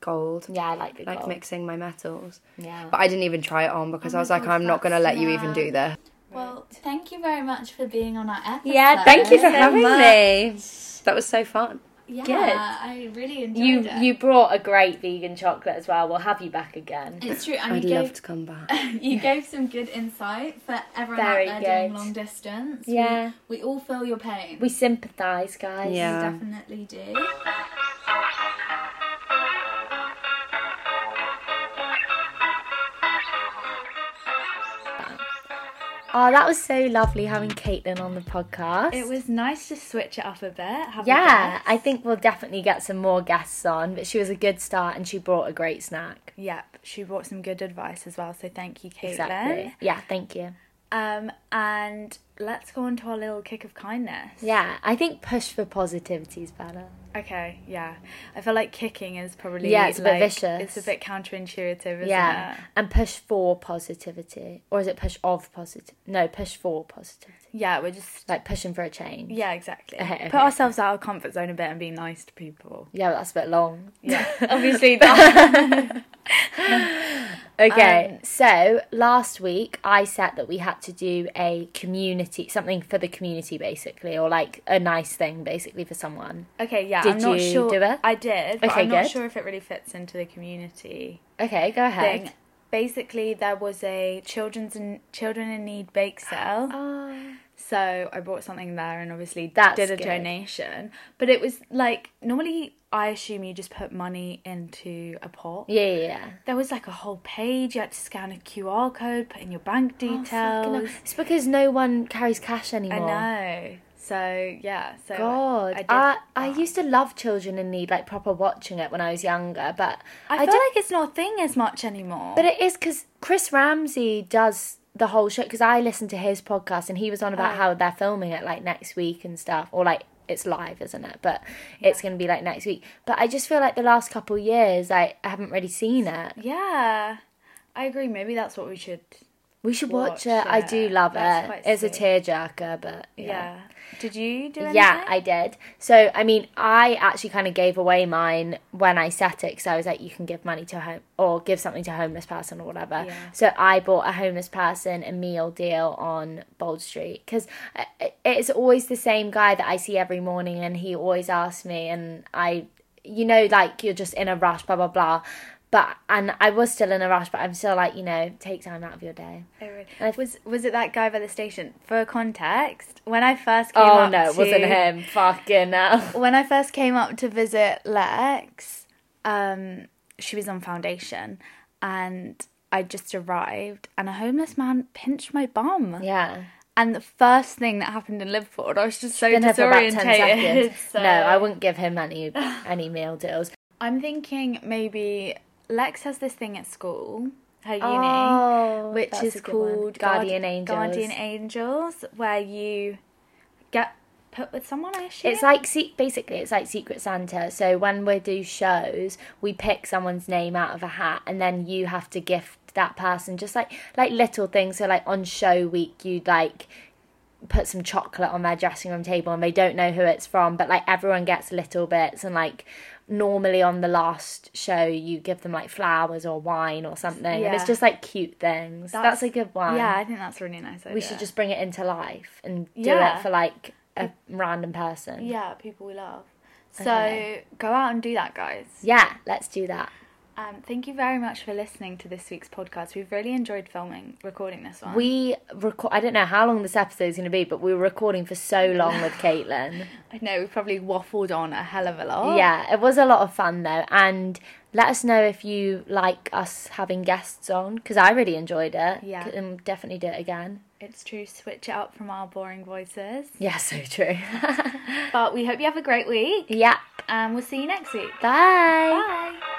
C: gold.
B: yeah, I like the
C: Like
B: gold.
C: mixing my metals.
B: Yeah. Oh
C: But I didn't even try it on because I was like,
D: God,
C: I'm not going to
D: that's-
C: let you even
D: yeah.
C: do this.
D: Well, thank you very much for being on our episode.
B: Yeah, thank you for
C: having me. That was so fun.
D: Yeah,
B: Good.
D: I really enjoyed
B: You
D: it.
B: you brought a great vegan chocolate as well. We'll have you back again.
D: it's true. And
C: I'd
D: you
C: love
D: gave,
C: to come back.
D: you gave some good insight for everyone
B: Very
D: out there doing
B: good.
D: long distance. We-
B: Yeah.
D: We, all feel your pain.
B: We sympathise, guys.
C: Yeah.
D: We definitely do.
B: Oh, that was so lovely having Caitlin on the podcast.
A: It was nice to switch it up a bit. Have a
B: Yeah,
A: guess.
B: I think we'll definitely get some more guests on, but she was a good start and she brought a great snack.
A: Yep, she brought some good advice as well, so thank you, Caitlin.
B: Exactly. Yeah, thank you.
A: Um, and let's go on to our little kick of kindness.
B: Yeah, I think push for positivity is better.
A: Okay, yeah. I feel like kicking is probably
B: Yeah, it's a bit
A: like-
B: vicious.
A: It's a bit counterintuitive, isn't
B: yeah,
A: it?
B: and push for positivity, or is it push of positive? No, push for positivity.
A: Yeah, we're just
B: Like pushing for a change.
A: yeah, exactly.
B: Okay, okay.
A: Put ourselves out of comfort zone a bit and be nice to people.
B: Yeah, but that's a bit long.
A: Yeah, obviously that.
B: Okay,
A: Um,
B: so last week I said that we had to do a community, something for the community basically, or like a nice thing basically for someone.
A: Okay, yeah.
B: Did
A: I'm not
B: you
A: sure.
B: do it?
A: I did, but
B: Okay,
A: I'm not
B: good.
A: sure if it really fits into the community
B: Okay, go ahead.
A: thing. Basically, there was a children's and children in need bake sale.
B: Oh.
A: So I bought something there and obviously
B: That's
A: did a
B: good.
A: donation. But it was like normally I assume you just put money into a pot.
B: Yeah, yeah, yeah.
A: There was like a whole page, you had to scan a QR code, put in your bank
B: Oh, Fucking hell.
A: details.
B: It's because no one carries cash
A: Oh. I
B: anymore.
A: know. So yeah, so
B: God,
A: I, did
B: I, I
A: that.
B: used to love children in need, like proper watching it when I was younger, but
A: I, feel
B: don't.
A: like it's not a thing as much anymore.
B: But it is because Chris Ramsey does the whole show. Because I listened to his podcast and he was on
A: Oh.
B: about how they're filming it like next week and stuff, or like it's live, isn't it? But it's going to be like next week. But I just feel like the last couple of years, I, I haven't really seen it.
A: yeah, I agree. Maybe that's what we should.
B: We should watch,
A: Watch
B: it. I
A: it.
B: do love
A: That's
B: it.
A: quite
B: It's a
A: sweet.
B: tearjerker, but yeah.
A: Yeah. Did you do anything?
B: Yeah, I did. So, I mean, I actually kind of gave away mine when I set it because I was like, you can give money to a home or give something to a homeless person or whatever.
A: Yeah.
B: So, I bought a homeless person a meal deal on Bold Street because it's always the same guy that I see every morning and he always asks me, and I, you know, like you're just in a rush, blah, blah, blah. But, and I was still in a rush, but I'm still like, you know, take time out of your day.
A: Oh, really?
B: I've-
A: Was was it that guy by the station? For context, when I first came
B: Oh,
A: up
B: no, it
A: to-
B: wasn't him. Fucking hell.
A: When I first came up to visit Lex, um, she was on foundation, and I just arrived, and a homeless man pinched my bum.
B: Yeah.
A: And the first thing that happened in Liverpool, I was just so
B: been here for about 10
A: disorientated.
B: seconds.
A: so-
B: No, I wouldn't give him any any meal deals.
A: I'm thinking maybe Lex has this thing at school, her uni,
B: Oh,
A: which
B: that's a
A: is
B: good one.
A: called
B: Guardian
A: Guard-
B: Angels.
A: Guardian Angels, where you get put with someone. I assume
B: It's like se- basically it's like Secret Santa. So when we do shows, we pick someone's name out of a hat, and then you have to gift that person just like like little things. So like on show week, you'd like put some chocolate on their dressing room table and they don't know who it's from but like everyone gets little bits and like normally on the last show you give them like flowers or wine or something and it's
A: Yeah.
B: just like cute things that's,
A: That's-
B: a good one
A: yeah, I think that's a really nice. Idea.
B: we should just bring it into life and do
A: Yeah.
B: it for like a random person
A: yeah, people we love. So
B: Okay.
A: go out and do that, guys.
B: yeah let's do that
A: Um, thank you very much for listening to this week's podcast. We've really enjoyed filming, recording this one.
B: we record i don't know how long this episode is going to be but we were recording for so long with caitlin
A: I know we probably waffled on a hell of a lot.
B: Yeah, it was a lot of fun though, and let us know if you like us having guests on because I really enjoyed it.
A: Yeah.
B: C- and definitely do it again.
A: it's true. Switch it up from our boring voices.
B: Yeah, so true.
A: But we hope you have a great week,
B: yeah,
A: and we'll see you next week.
B: bye.
A: Bye.